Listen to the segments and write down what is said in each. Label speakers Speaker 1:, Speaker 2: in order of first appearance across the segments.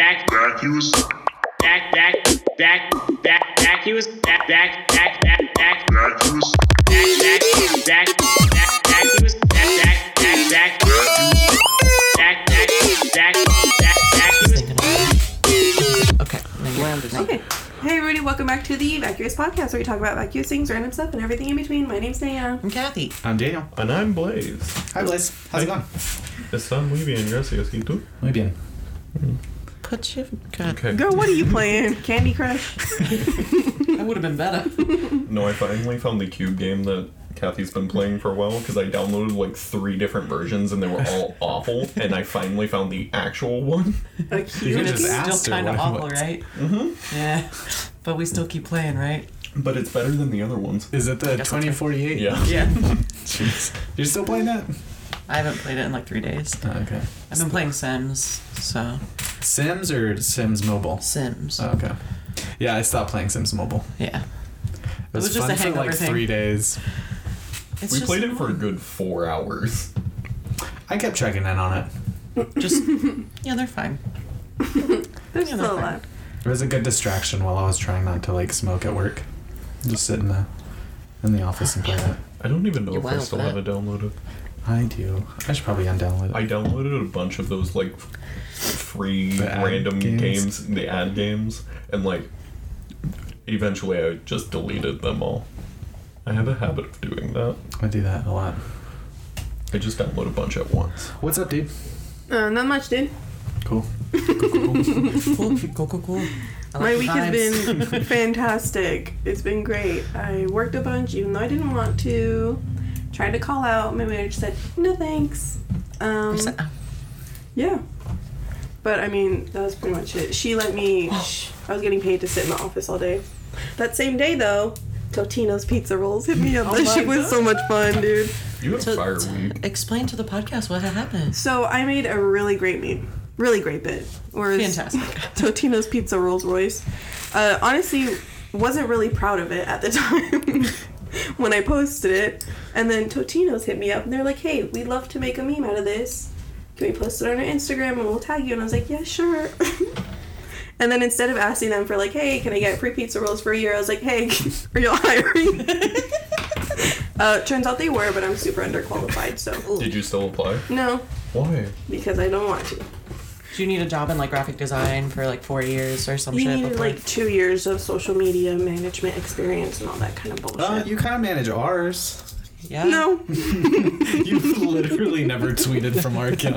Speaker 1: he was
Speaker 2: back, back, back, back, back. He was back, back, back, back, back, back,
Speaker 1: back, he was
Speaker 2: back, back, back, back. He was back, back, back, back, back,
Speaker 1: back, he was
Speaker 2: back, back, back, back. He was
Speaker 3: Okay.
Speaker 4: Okay. Hey everybody, welcome back to the Vacuous Podcast, where we talk about vacuous things, random stuff, and everything in between. My name's Naya.
Speaker 3: I'm Kathy.
Speaker 5: I'm Daniel.
Speaker 6: And I'm Blaze.
Speaker 5: Hi, Liz. How's it going?
Speaker 6: Están muy bien, gracias. ¿Y tú?
Speaker 5: Muy bien.
Speaker 3: Put your. God,
Speaker 6: Okay.
Speaker 4: Girl, what are you playing? Candy Crush.
Speaker 3: that would have been better.
Speaker 6: No, I finally found the cube game that Kathy's been playing for a while because I downloaded like three different versions and they were all awful. And I finally found the actual one.
Speaker 4: A cute.
Speaker 5: just
Speaker 3: It's
Speaker 5: asked her
Speaker 3: still kind of
Speaker 5: what it
Speaker 3: awful,
Speaker 5: was.
Speaker 3: right? Mm-hmm. Yeah. But we still keep playing, right?
Speaker 6: But it's better than the other ones.
Speaker 5: Is it the 2048?
Speaker 6: Yeah.
Speaker 3: Yeah.
Speaker 5: Jeez. You're still playing that?
Speaker 3: I haven't played it in like three days.
Speaker 5: Ah, Okay.
Speaker 3: I've been playing Sims, so
Speaker 5: Sims or Sims Mobile?
Speaker 3: Sims.
Speaker 5: Oh, okay. Yeah, I stopped playing Sims Mobile.
Speaker 3: Yeah.
Speaker 5: It was,
Speaker 3: was just
Speaker 5: fun
Speaker 3: a
Speaker 5: for like
Speaker 3: hangover thing.
Speaker 5: three days.
Speaker 3: It's
Speaker 6: We
Speaker 3: just,
Speaker 6: played it for a good four hours.
Speaker 5: I kept checking in on it.
Speaker 3: Just yeah, they're fine.
Speaker 4: There's
Speaker 3: Yeah,
Speaker 4: still a
Speaker 3: nothing.
Speaker 4: lot.
Speaker 5: It was a good distraction while I was trying not to like smoke at work. Just sit in the in the office and play it.
Speaker 6: I don't even know
Speaker 3: You
Speaker 6: if I
Speaker 3: wild
Speaker 6: still
Speaker 3: for
Speaker 6: have
Speaker 3: that.
Speaker 6: it downloaded.
Speaker 5: I do. I should probably undownload it.
Speaker 6: I downloaded a bunch of those like free
Speaker 5: The ad
Speaker 6: random
Speaker 5: games?
Speaker 6: games. the ad games, and like eventually I just deleted them all. I have a habit of doing that.
Speaker 5: I do that a lot.
Speaker 6: I just download a bunch at once.
Speaker 5: What's up, dude?
Speaker 4: Uh, not much, dude.
Speaker 5: Cool.
Speaker 3: Cool, cool, cool, cool. I
Speaker 4: My
Speaker 3: like
Speaker 4: week
Speaker 3: the
Speaker 4: has
Speaker 3: vibes.
Speaker 4: been fantastic. It's been great. I worked a bunch, even though I didn't want to. Tried to call out. My manager said, no thanks. Um,
Speaker 3: uh,
Speaker 4: yeah. But I mean, that was pretty much it. She let me, sh- I was getting paid to sit in the office all day. That same day, though, Totino's Pizza Rolls hit me up. that shit was so much fun, dude.
Speaker 6: You have
Speaker 3: So-
Speaker 6: fire
Speaker 3: so-
Speaker 6: weed.
Speaker 3: Explain to the podcast what happened.
Speaker 4: So I made a really great meme. Really great bit. Or is-
Speaker 3: Fantastic.
Speaker 4: Totino's Pizza Rolls Royce. Uh, honestly, wasn't really proud of it at the time when I posted it. And then Totino's hit me up and they're like, hey, we'd love to make a meme out of this. Can we post it on our Instagram and we'll tag you? And I was like, yeah, sure. and then instead of asking them for, like, hey, can I get free pizza rolls for a year? I was like, hey, are y'all hiring? uh, turns out they were, but I'm super underqualified, so.
Speaker 6: Did you still apply?
Speaker 4: No,
Speaker 6: Why?
Speaker 4: because I don't want to.
Speaker 3: Do you need a job in like graphic design for like four years or some
Speaker 4: You
Speaker 3: shit?
Speaker 4: needed
Speaker 3: before-
Speaker 4: like two years of social media management experience and all that kind of bullshit.
Speaker 5: Uh, you kind of manage ours.
Speaker 3: yeah.
Speaker 4: no,
Speaker 5: You've literally never tweeted from our account.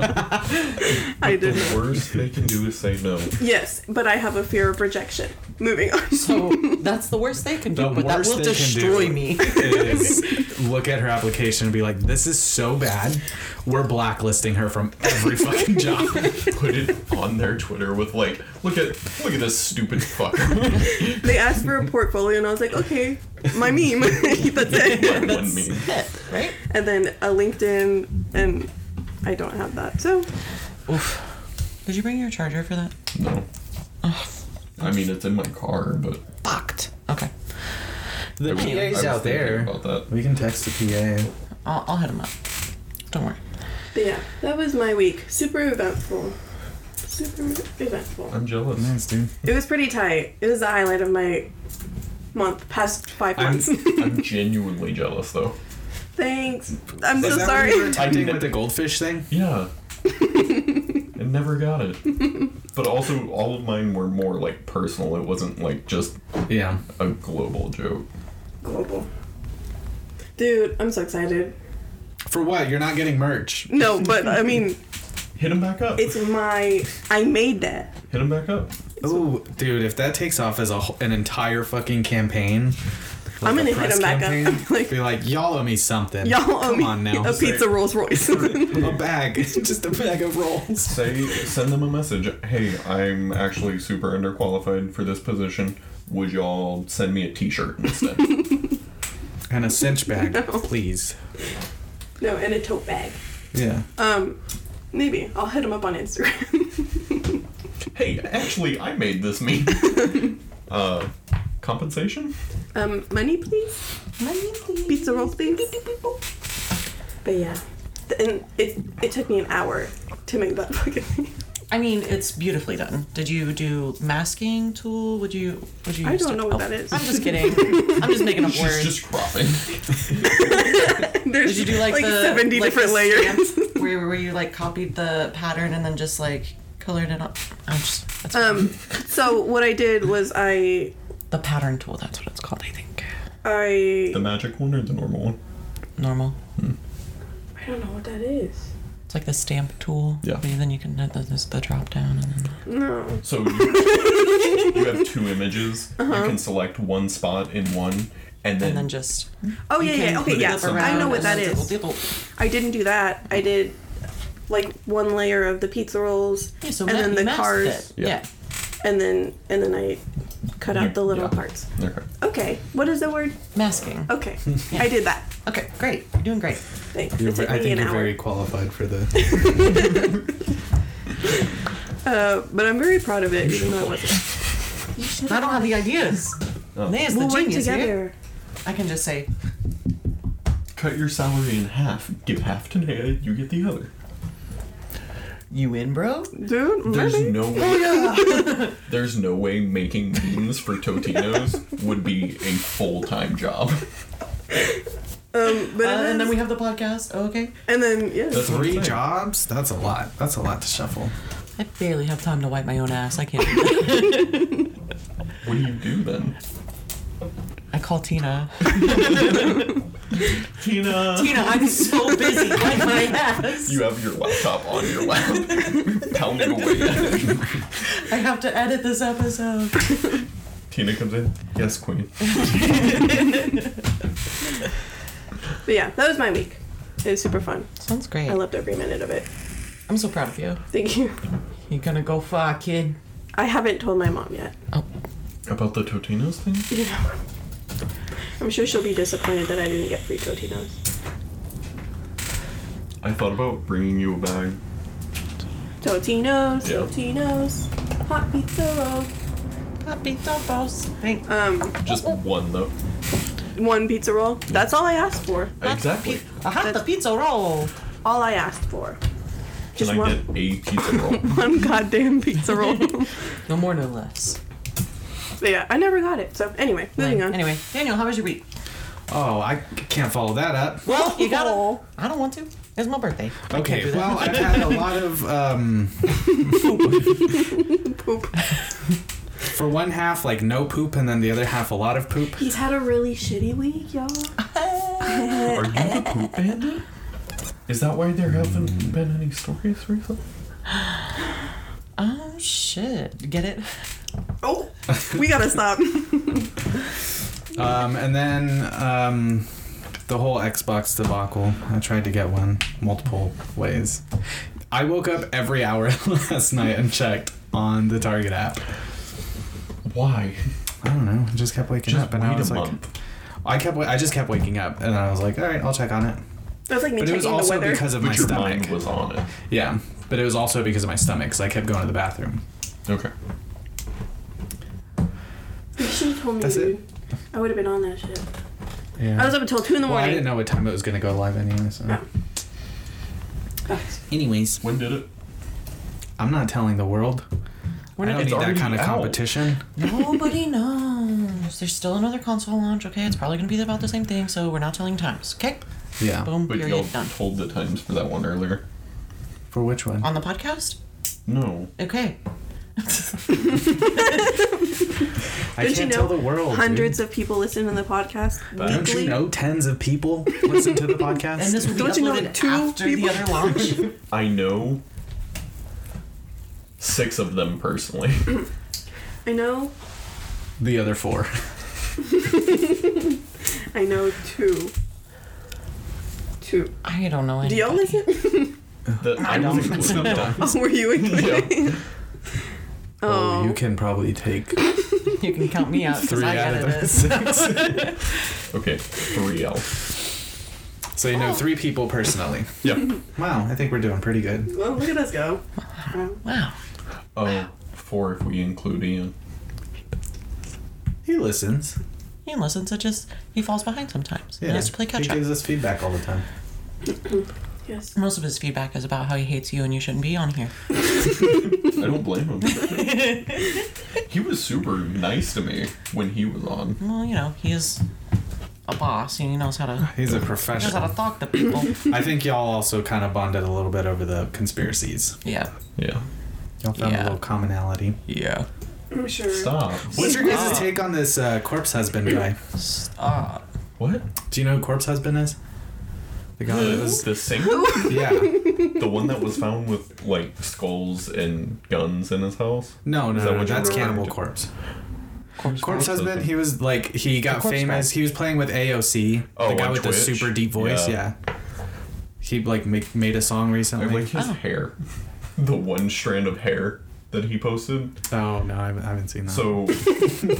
Speaker 4: I
Speaker 6: The
Speaker 4: didn't.
Speaker 6: worst they can do is say no.
Speaker 4: Yes, but I have a fear of rejection. Moving on.
Speaker 3: So that's the worst they can do,
Speaker 5: The
Speaker 3: but that
Speaker 5: worst
Speaker 3: will
Speaker 5: they can
Speaker 3: destroy
Speaker 5: do.
Speaker 3: me.
Speaker 5: Is look at her application and be like, this is so bad. We're blacklisting her from every fucking job.
Speaker 6: Put it on their Twitter with like, look at look at this stupid fucker.
Speaker 4: They asked for a portfolio, and I was like, okay, my meme. That's it.
Speaker 6: One meme.
Speaker 3: right?
Speaker 4: And then a LinkedIn, and I don't have that. So
Speaker 3: Oof. Did you bring your charger for that?
Speaker 6: No. I mean, it's in my car, but
Speaker 3: Fucked. Okay.
Speaker 5: The
Speaker 6: I was
Speaker 5: PA's out
Speaker 6: thinking
Speaker 5: there.
Speaker 6: about that.
Speaker 5: We can text the PA.
Speaker 3: I'll, I'll hit him up. Don't worry.
Speaker 4: but yeah, that was my week. Super eventful. Super eventful.
Speaker 6: I'm jealous.
Speaker 5: Thanks, dude.
Speaker 4: It was pretty tight. It was the highlight of my month, past five
Speaker 5: I'm-
Speaker 4: months.
Speaker 6: I'm genuinely jealous though.
Speaker 4: Thanks. I'm
Speaker 5: Is
Speaker 4: so
Speaker 5: that
Speaker 4: sorry.
Speaker 5: when you were typing with the goldfish thing?
Speaker 6: Yeah. I never got it. But also, all of mine were more like personal. It wasn't like just
Speaker 5: Yeah.
Speaker 6: a global joke.
Speaker 4: global. Dude, I'm so excited.
Speaker 5: For what? You're not getting merch.
Speaker 4: No, but I mean,
Speaker 6: Hit him back up.
Speaker 4: it's my. I made that.
Speaker 6: Hit him back up.
Speaker 5: Ooh, dude, if that takes off as a, wh- an entire fucking campaign,
Speaker 4: I'm
Speaker 5: like
Speaker 4: gonna
Speaker 5: a
Speaker 4: hit
Speaker 5: press
Speaker 4: him back up.
Speaker 5: campaign,
Speaker 4: I'm like-
Speaker 5: be like, y'all owe me something.
Speaker 4: Y'all owe
Speaker 5: Come
Speaker 4: me
Speaker 5: on now.
Speaker 4: a pizza Rolls Royce.
Speaker 5: a bag, just a bag of rolls.
Speaker 6: Say, send them a message. Hey, I'm actually super underqualified for this position. Would y'all send me a T-shirt instead?
Speaker 5: And a cinch bag,
Speaker 4: No.
Speaker 5: please.
Speaker 4: no, and a tote bag.
Speaker 5: Yeah.
Speaker 4: Um, maybe I'll hit him up on Instagram.
Speaker 6: hey, actually, I made this meme. uh, compensation?
Speaker 4: um, money, please.
Speaker 3: Money, please.
Speaker 4: Pizza rolls, please. But yeah, Th- and it it took me an hour to make that fucking. thing.
Speaker 3: I mean, it's beautifully done. Did you do masking tool? Would you? Would you?
Speaker 4: I
Speaker 3: use
Speaker 4: don't
Speaker 3: it-
Speaker 4: know what
Speaker 3: oh,
Speaker 4: that is.
Speaker 3: I'm just kidding. I'm just making up
Speaker 6: She's
Speaker 3: words.
Speaker 6: just cropping.
Speaker 4: There's
Speaker 3: Did you do like, the
Speaker 4: 70
Speaker 3: like
Speaker 4: different
Speaker 3: the
Speaker 4: layers.
Speaker 3: stamp where where you like copied the pattern and then just like colored it up? I'm just that's
Speaker 4: um, so what I did was I
Speaker 3: the pattern tool. That's what it's called, I think.
Speaker 4: I
Speaker 6: The magic one or the normal one?
Speaker 3: Normal.
Speaker 4: I don't know what that is.
Speaker 3: It's like the stamp tool.
Speaker 6: Yeah.
Speaker 3: But then you can hit the, this- the drop down and then.
Speaker 4: No.
Speaker 6: So you, you have two images. You can select one spot in one, and then,
Speaker 3: And then just. Oh,
Speaker 4: Oh yeah,
Speaker 3: you can
Speaker 4: yeah. Okay,
Speaker 3: flip
Speaker 4: yeah.
Speaker 6: somewhere.
Speaker 4: I know
Speaker 3: around
Speaker 4: what
Speaker 3: and
Speaker 4: that
Speaker 3: then
Speaker 4: is.
Speaker 3: dibble, dibble.
Speaker 4: I didn't do that. I did like one layer of the pizza rolls
Speaker 3: Yeah, so
Speaker 4: and
Speaker 3: ma-
Speaker 4: then
Speaker 3: you
Speaker 4: the
Speaker 3: masked
Speaker 4: cars
Speaker 3: it.
Speaker 6: Yeah.
Speaker 3: yeah.
Speaker 4: and then and then I cut
Speaker 6: You-
Speaker 4: out the little
Speaker 6: yeah.
Speaker 4: parts.
Speaker 6: Okay.
Speaker 4: Okay. What is the word?
Speaker 3: Masking.
Speaker 4: Okay. I did that.
Speaker 3: Okay, great. You're doing great.
Speaker 4: Thanks.
Speaker 5: You're,
Speaker 4: It took
Speaker 5: I
Speaker 4: me
Speaker 5: think
Speaker 4: an
Speaker 5: you're
Speaker 4: hour.
Speaker 5: very qualified for the.
Speaker 4: Uh, but I'm very proud of it, even though it wasn't.
Speaker 3: I don't have the ideas. Naya's the
Speaker 4: We'll work
Speaker 3: genius here.
Speaker 4: together.
Speaker 3: I can just say,
Speaker 6: Cut your salary in half. Give half to Naya. You get the other.
Speaker 3: you in, bro?
Speaker 4: Dude,
Speaker 6: There's
Speaker 4: maybe.
Speaker 6: no way. There's no way making memes for Totinos would be a full time job.
Speaker 4: Um,
Speaker 3: Uh,
Speaker 4: but it is-
Speaker 3: and then we have the podcast. Oh, okay.
Speaker 4: and then yeah.
Speaker 6: That's what I'm
Speaker 5: Three
Speaker 6: saying.
Speaker 5: jobs? That's a lot. That's a lot to shuffle.
Speaker 3: I barely have time to wipe my own ass. I can't. do that.
Speaker 6: What do you do then?
Speaker 3: I call Tina.
Speaker 6: Tina.
Speaker 3: Tina, I'm so busy. Wipe my ass.
Speaker 6: You have your laptop on your lap, pounding away at it.
Speaker 3: I have to edit this episode.
Speaker 6: Tina comes in. Yes, queen.
Speaker 4: But yeah, that was my week. It was super fun.
Speaker 3: Sounds great.
Speaker 4: I loved every minute of it.
Speaker 3: I'm so proud of you.
Speaker 4: Thank you.
Speaker 3: You're gonna go far, kid.
Speaker 4: I haven't told my mom yet.
Speaker 3: Oh,
Speaker 6: About the Totinos thing?
Speaker 4: You know. I'm sure she'll be disappointed that I didn't get free Totinos.
Speaker 6: I thought about bringing you a bag.
Speaker 4: Totinos,
Speaker 6: Yeah.
Speaker 4: Totinos, hot pizza roll.
Speaker 3: puppy topos. Thank.
Speaker 4: Um,
Speaker 6: Just one though.
Speaker 4: one pizza roll. That's all I asked for.
Speaker 6: Exactly.
Speaker 3: I have the
Speaker 4: that's-
Speaker 3: pizza roll.
Speaker 4: All I asked for. Just
Speaker 6: Can I
Speaker 4: one,
Speaker 6: get a pizza roll?
Speaker 4: one goddamn pizza roll.
Speaker 3: No more, no less.
Speaker 4: But yeah, I never got it. So anyway, moving on.
Speaker 3: Anyway, Daniel, how was your week?
Speaker 5: Oh, I can't follow that up.
Speaker 3: Well, you gotta.
Speaker 4: Oh.
Speaker 3: I don't want to. It's my birthday.
Speaker 5: Okay, well, I've had a lot of. Um,
Speaker 4: Poop.
Speaker 5: for one half, like no poop, and then the other half, a lot of poop.
Speaker 4: He's had a really shitty week, y'all.
Speaker 6: Are you the poop bandit? Is that why there haven't been any stories recently?
Speaker 3: Oh shit! Get it?
Speaker 4: Oh, we gotta stop.
Speaker 5: Um, and then um, the whole Xbox debacle. I tried to get one multiple ways. I woke up every hour last night and checked on the Target app.
Speaker 6: Why?
Speaker 5: I don't know. I just kept waking
Speaker 6: Just
Speaker 5: up, and
Speaker 6: wait
Speaker 5: I was
Speaker 6: a
Speaker 5: like,
Speaker 6: month.
Speaker 5: I kept. wa- I just kept waking up, and I was like, all right, I'll check on it.
Speaker 4: That's like me
Speaker 5: But it was
Speaker 4: checking the
Speaker 5: also
Speaker 4: weather.
Speaker 5: because of my
Speaker 6: But your
Speaker 5: stomach.
Speaker 6: mind was on it.
Speaker 5: Yeah, but it was also because of my stomach, so I kept going to the bathroom.
Speaker 6: Okay.
Speaker 4: You should have told me,
Speaker 5: That's it.
Speaker 4: dude. I would have been on that shit.
Speaker 5: Yeah.
Speaker 4: I was up until two in the
Speaker 5: well, I
Speaker 4: morning.
Speaker 5: didn't know what time it was going to go live anyway. So.
Speaker 4: Oh.
Speaker 5: Anyways,
Speaker 6: When did it?
Speaker 5: I'm not telling the world.
Speaker 3: We're
Speaker 5: I
Speaker 3: not
Speaker 5: don't need
Speaker 3: gonna-
Speaker 5: that
Speaker 6: already
Speaker 5: kind of
Speaker 6: out.
Speaker 5: competition.
Speaker 3: Nobody knows. There's still another console launch. Okay, it's probably gonna be about the same thing. So we're not telling times. Okay.
Speaker 5: Yeah.
Speaker 3: Boom.
Speaker 6: But y'all
Speaker 3: Period. Done.
Speaker 6: told the times for that one earlier.
Speaker 5: For which one?
Speaker 3: On the podcast.
Speaker 6: No.
Speaker 3: Okay.
Speaker 5: I
Speaker 4: Didn't
Speaker 5: can't
Speaker 4: you know
Speaker 5: tell the world.
Speaker 4: Hundreds of people listen to the podcast
Speaker 5: Dude. Oh, Don't
Speaker 4: weekly.
Speaker 5: you know tens of people listen to the podcast?
Speaker 3: And this will be
Speaker 4: Don't
Speaker 3: uploaded
Speaker 4: you know two
Speaker 3: after
Speaker 4: people-
Speaker 3: the other launch.
Speaker 6: I know six of them personally.
Speaker 4: I know.
Speaker 5: the other four.
Speaker 4: I know two. Two.
Speaker 3: I don't know.
Speaker 4: Do y'all
Speaker 3: anybody.
Speaker 4: listen?
Speaker 6: The, I,
Speaker 5: don't.
Speaker 6: was included in that.
Speaker 4: Oh, were you included?
Speaker 6: Yeah.
Speaker 5: Oh, you can probably take
Speaker 3: You can count me out. 'cause
Speaker 5: three
Speaker 3: I
Speaker 5: out of
Speaker 3: edit
Speaker 5: the
Speaker 3: it.
Speaker 5: six.
Speaker 6: Okay. Three L.
Speaker 5: so you know three people personally.
Speaker 6: Yeah.
Speaker 5: Wow, I think we're doing pretty good.
Speaker 4: Well, look at us go.
Speaker 3: Wow.
Speaker 6: Oh, four if we include Ian.
Speaker 5: He listens.
Speaker 3: He listens. It just he falls behind sometimes. He has to play catch
Speaker 5: he
Speaker 3: up.
Speaker 5: gives us feedback all the time.
Speaker 4: Yes.
Speaker 3: Most of his feedback is about how he hates you and you shouldn't be on here.
Speaker 6: I don't blame him. he was super nice to me when he was on.
Speaker 3: Well, you know, he is a boss and he knows how to
Speaker 5: He's
Speaker 3: he knows
Speaker 5: a
Speaker 3: how to
Speaker 5: professional.
Speaker 3: talk to people.
Speaker 5: I think y'all also kind of bonded a little bit over the conspiracies.
Speaker 3: yeah.
Speaker 6: Yeah.
Speaker 5: Y'all found
Speaker 3: Yeah.
Speaker 5: a little commonality.
Speaker 3: Yeah.
Speaker 4: I'm sure.
Speaker 6: Stop.
Speaker 5: What's your guys' take on this uh, corpse husband guy?
Speaker 3: Stop.
Speaker 6: What?
Speaker 5: Do you know who corpse husband is? The guy that was.
Speaker 6: Uh, the singer?
Speaker 5: Yeah.
Speaker 6: the one that was found with like skulls and guns in his house?
Speaker 5: No, no,
Speaker 6: that
Speaker 5: no,
Speaker 6: what you're
Speaker 5: that's
Speaker 6: referring
Speaker 5: Cannibal
Speaker 6: to?
Speaker 5: Corpse.
Speaker 3: Corpse
Speaker 5: Corpse
Speaker 6: Corpse
Speaker 5: Husband,
Speaker 6: Husband.
Speaker 5: he was like, he got
Speaker 3: Corpse
Speaker 5: famous.
Speaker 3: guy.
Speaker 5: He was playing with AOC,
Speaker 6: Oh,
Speaker 5: the guy
Speaker 6: on
Speaker 5: with the
Speaker 6: Twitch?
Speaker 5: super deep voice. Yeah.
Speaker 6: Yeah.
Speaker 5: He like make, made a song
Speaker 6: I
Speaker 5: recently.
Speaker 6: like his
Speaker 3: Oh.
Speaker 6: hair. The one strand of hair that he posted.
Speaker 5: oh no, I haven't, I haven't seen that.
Speaker 6: So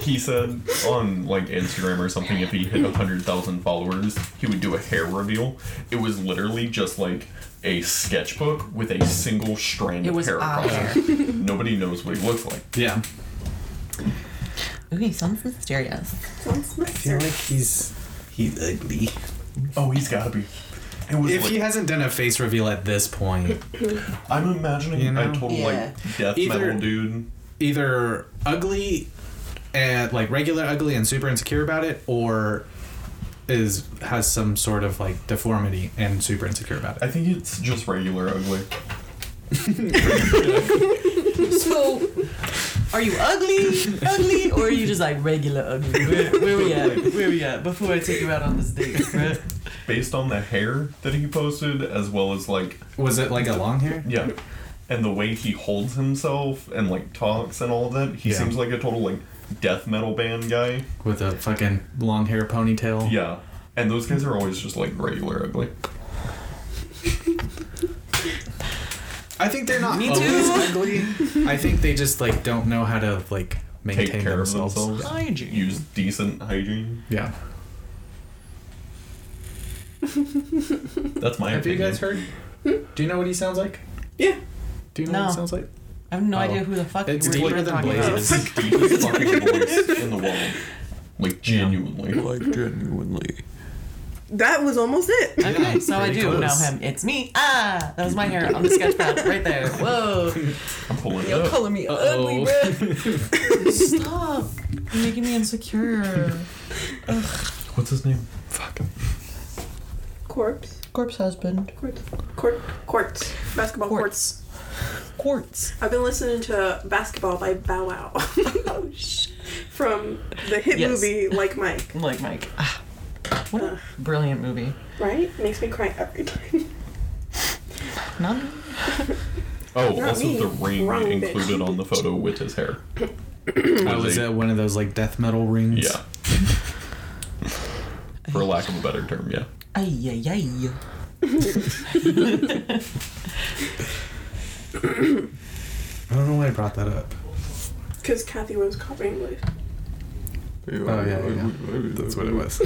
Speaker 6: he said on like Instagram or something, if he hit hundred thousand followers, he would do a hair reveal. It was literally just like a sketchbook with a single strand
Speaker 3: It
Speaker 6: of
Speaker 3: was
Speaker 6: hair
Speaker 3: our
Speaker 6: across it. Nobody knows what he looks like.
Speaker 5: yeah,
Speaker 3: Okay, sounds mysterious.
Speaker 4: Sounds
Speaker 5: I feel
Speaker 4: nice.
Speaker 5: like he's he's ugly.
Speaker 6: Oh, he's gotta be. It was
Speaker 5: If
Speaker 6: like,
Speaker 5: he hasn't done a face reveal at this point,
Speaker 6: I'm imagining
Speaker 5: You know?
Speaker 6: a total
Speaker 3: Yeah.
Speaker 6: like death
Speaker 5: Either-
Speaker 6: metal dude.
Speaker 5: either ugly and like regular ugly and super insecure about it, or is has some sort of like deformity and super insecure about
Speaker 6: I
Speaker 5: it.
Speaker 6: think it's just regular ugly.
Speaker 3: So, are you ugly, ugly, or are you just like regular ugly? Where, where we at? Where we at? Before I take you out on this date, right?
Speaker 6: Based on the hair that he posted, as well as like
Speaker 5: Was it like a long hair?
Speaker 6: Yeah. And the way he holds himself and like talks and all that, he
Speaker 5: Yeah.
Speaker 6: seems like a total like death metal band guy.
Speaker 5: with a fucking long hair ponytail.
Speaker 6: Yeah. And those guys are always just like regular ugly.
Speaker 5: I think they're not
Speaker 3: Me
Speaker 5: always
Speaker 3: too.
Speaker 5: ugly. I think they just like don't know how to like maintain
Speaker 6: Take care
Speaker 5: themselves.
Speaker 6: of themselves.
Speaker 3: Hygiene.
Speaker 6: Use decent hygiene.
Speaker 5: Yeah.
Speaker 6: That's my
Speaker 5: Have you
Speaker 6: opinion.
Speaker 5: guys heard? Do you know what he sounds like?
Speaker 4: Yeah.
Speaker 5: Do you know what
Speaker 3: No.
Speaker 5: he sounds like?
Speaker 3: I have no
Speaker 5: Oh.
Speaker 3: idea who the fuck
Speaker 5: It's
Speaker 3: we're
Speaker 5: deeper
Speaker 3: even
Speaker 5: than
Speaker 3: talking
Speaker 5: Blaze.
Speaker 3: about.
Speaker 6: It's the deepest fucking voice in the world. Like genuinely.
Speaker 3: genuinely.
Speaker 4: That was almost it.
Speaker 3: Okay,
Speaker 5: Yeah,
Speaker 3: so I
Speaker 5: pretty
Speaker 3: do
Speaker 5: close.
Speaker 3: know him. It's me. Ah, that was my hair on the sketch pad right there. Whoa,
Speaker 6: I'm pulling it
Speaker 3: you're
Speaker 6: up.
Speaker 3: calling me ugly,
Speaker 5: Uh-oh.
Speaker 3: bro. Stop. You're making me insecure.
Speaker 6: What's his name?
Speaker 4: Corpse.
Speaker 3: Corpse husband.
Speaker 4: Court. Court. Court. Basketball courts.
Speaker 3: Quartz.
Speaker 4: I've been listening to Basketball by Bow Wow. oh, shit. From the hit
Speaker 3: Yes.
Speaker 4: movie Like Mike.
Speaker 3: Like Mike. Ah, what a brilliant movie.
Speaker 4: Right? Makes me cry every time.
Speaker 3: Not
Speaker 6: Oh,
Speaker 4: Not
Speaker 6: also
Speaker 4: me.
Speaker 6: the ring
Speaker 4: Wrong bitch.
Speaker 6: included on the photo with his hair.
Speaker 5: Oh, is it one of those like death metal rings?
Speaker 6: Yeah. For lack of a better term, yeah.
Speaker 3: Ay, ay, ay.
Speaker 5: I don't know why I brought that up.
Speaker 4: Because Kathy Rose caught me English.
Speaker 5: Oh yeah, yeah, yeah. That's what it was.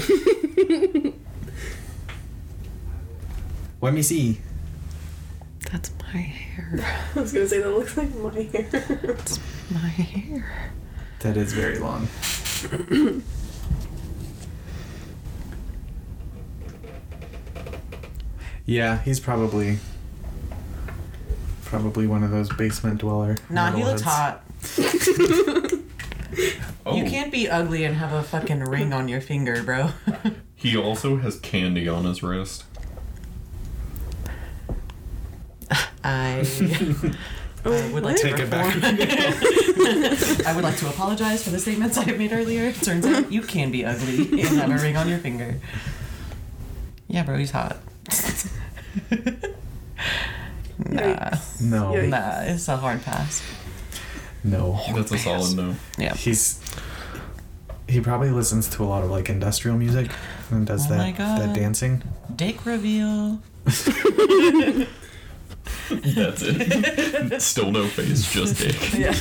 Speaker 5: Let me see.
Speaker 3: That's my hair.
Speaker 4: I was gonna say that looks like my hair.
Speaker 3: My hair.
Speaker 5: That is very long. yeah, he's probably probably one of those basement dweller.
Speaker 3: Nah, he looks
Speaker 5: metalheads.
Speaker 3: hot.
Speaker 6: Oh.
Speaker 3: You can't be ugly and have a fucking ring on your finger, bro.
Speaker 6: He also has candy on his wrist.
Speaker 3: I, I would like to
Speaker 5: Take it back.
Speaker 3: perform- I would like to apologize for the statements I made earlier. It turns out you can be ugly and have a ring on your finger. Yeah, bro, he's hot. nah,
Speaker 4: Yikes.
Speaker 5: No.
Speaker 4: Yeah.
Speaker 3: nah, it's a hard pass.
Speaker 5: No.
Speaker 6: That's a solid no.
Speaker 3: Yeah.
Speaker 5: He's he probably listens to a lot of like industrial music and does
Speaker 3: Oh my
Speaker 5: that
Speaker 3: God.
Speaker 5: that dancing.
Speaker 3: Dick reveal.
Speaker 6: That's it. Still no face, just dick.
Speaker 3: Yeah.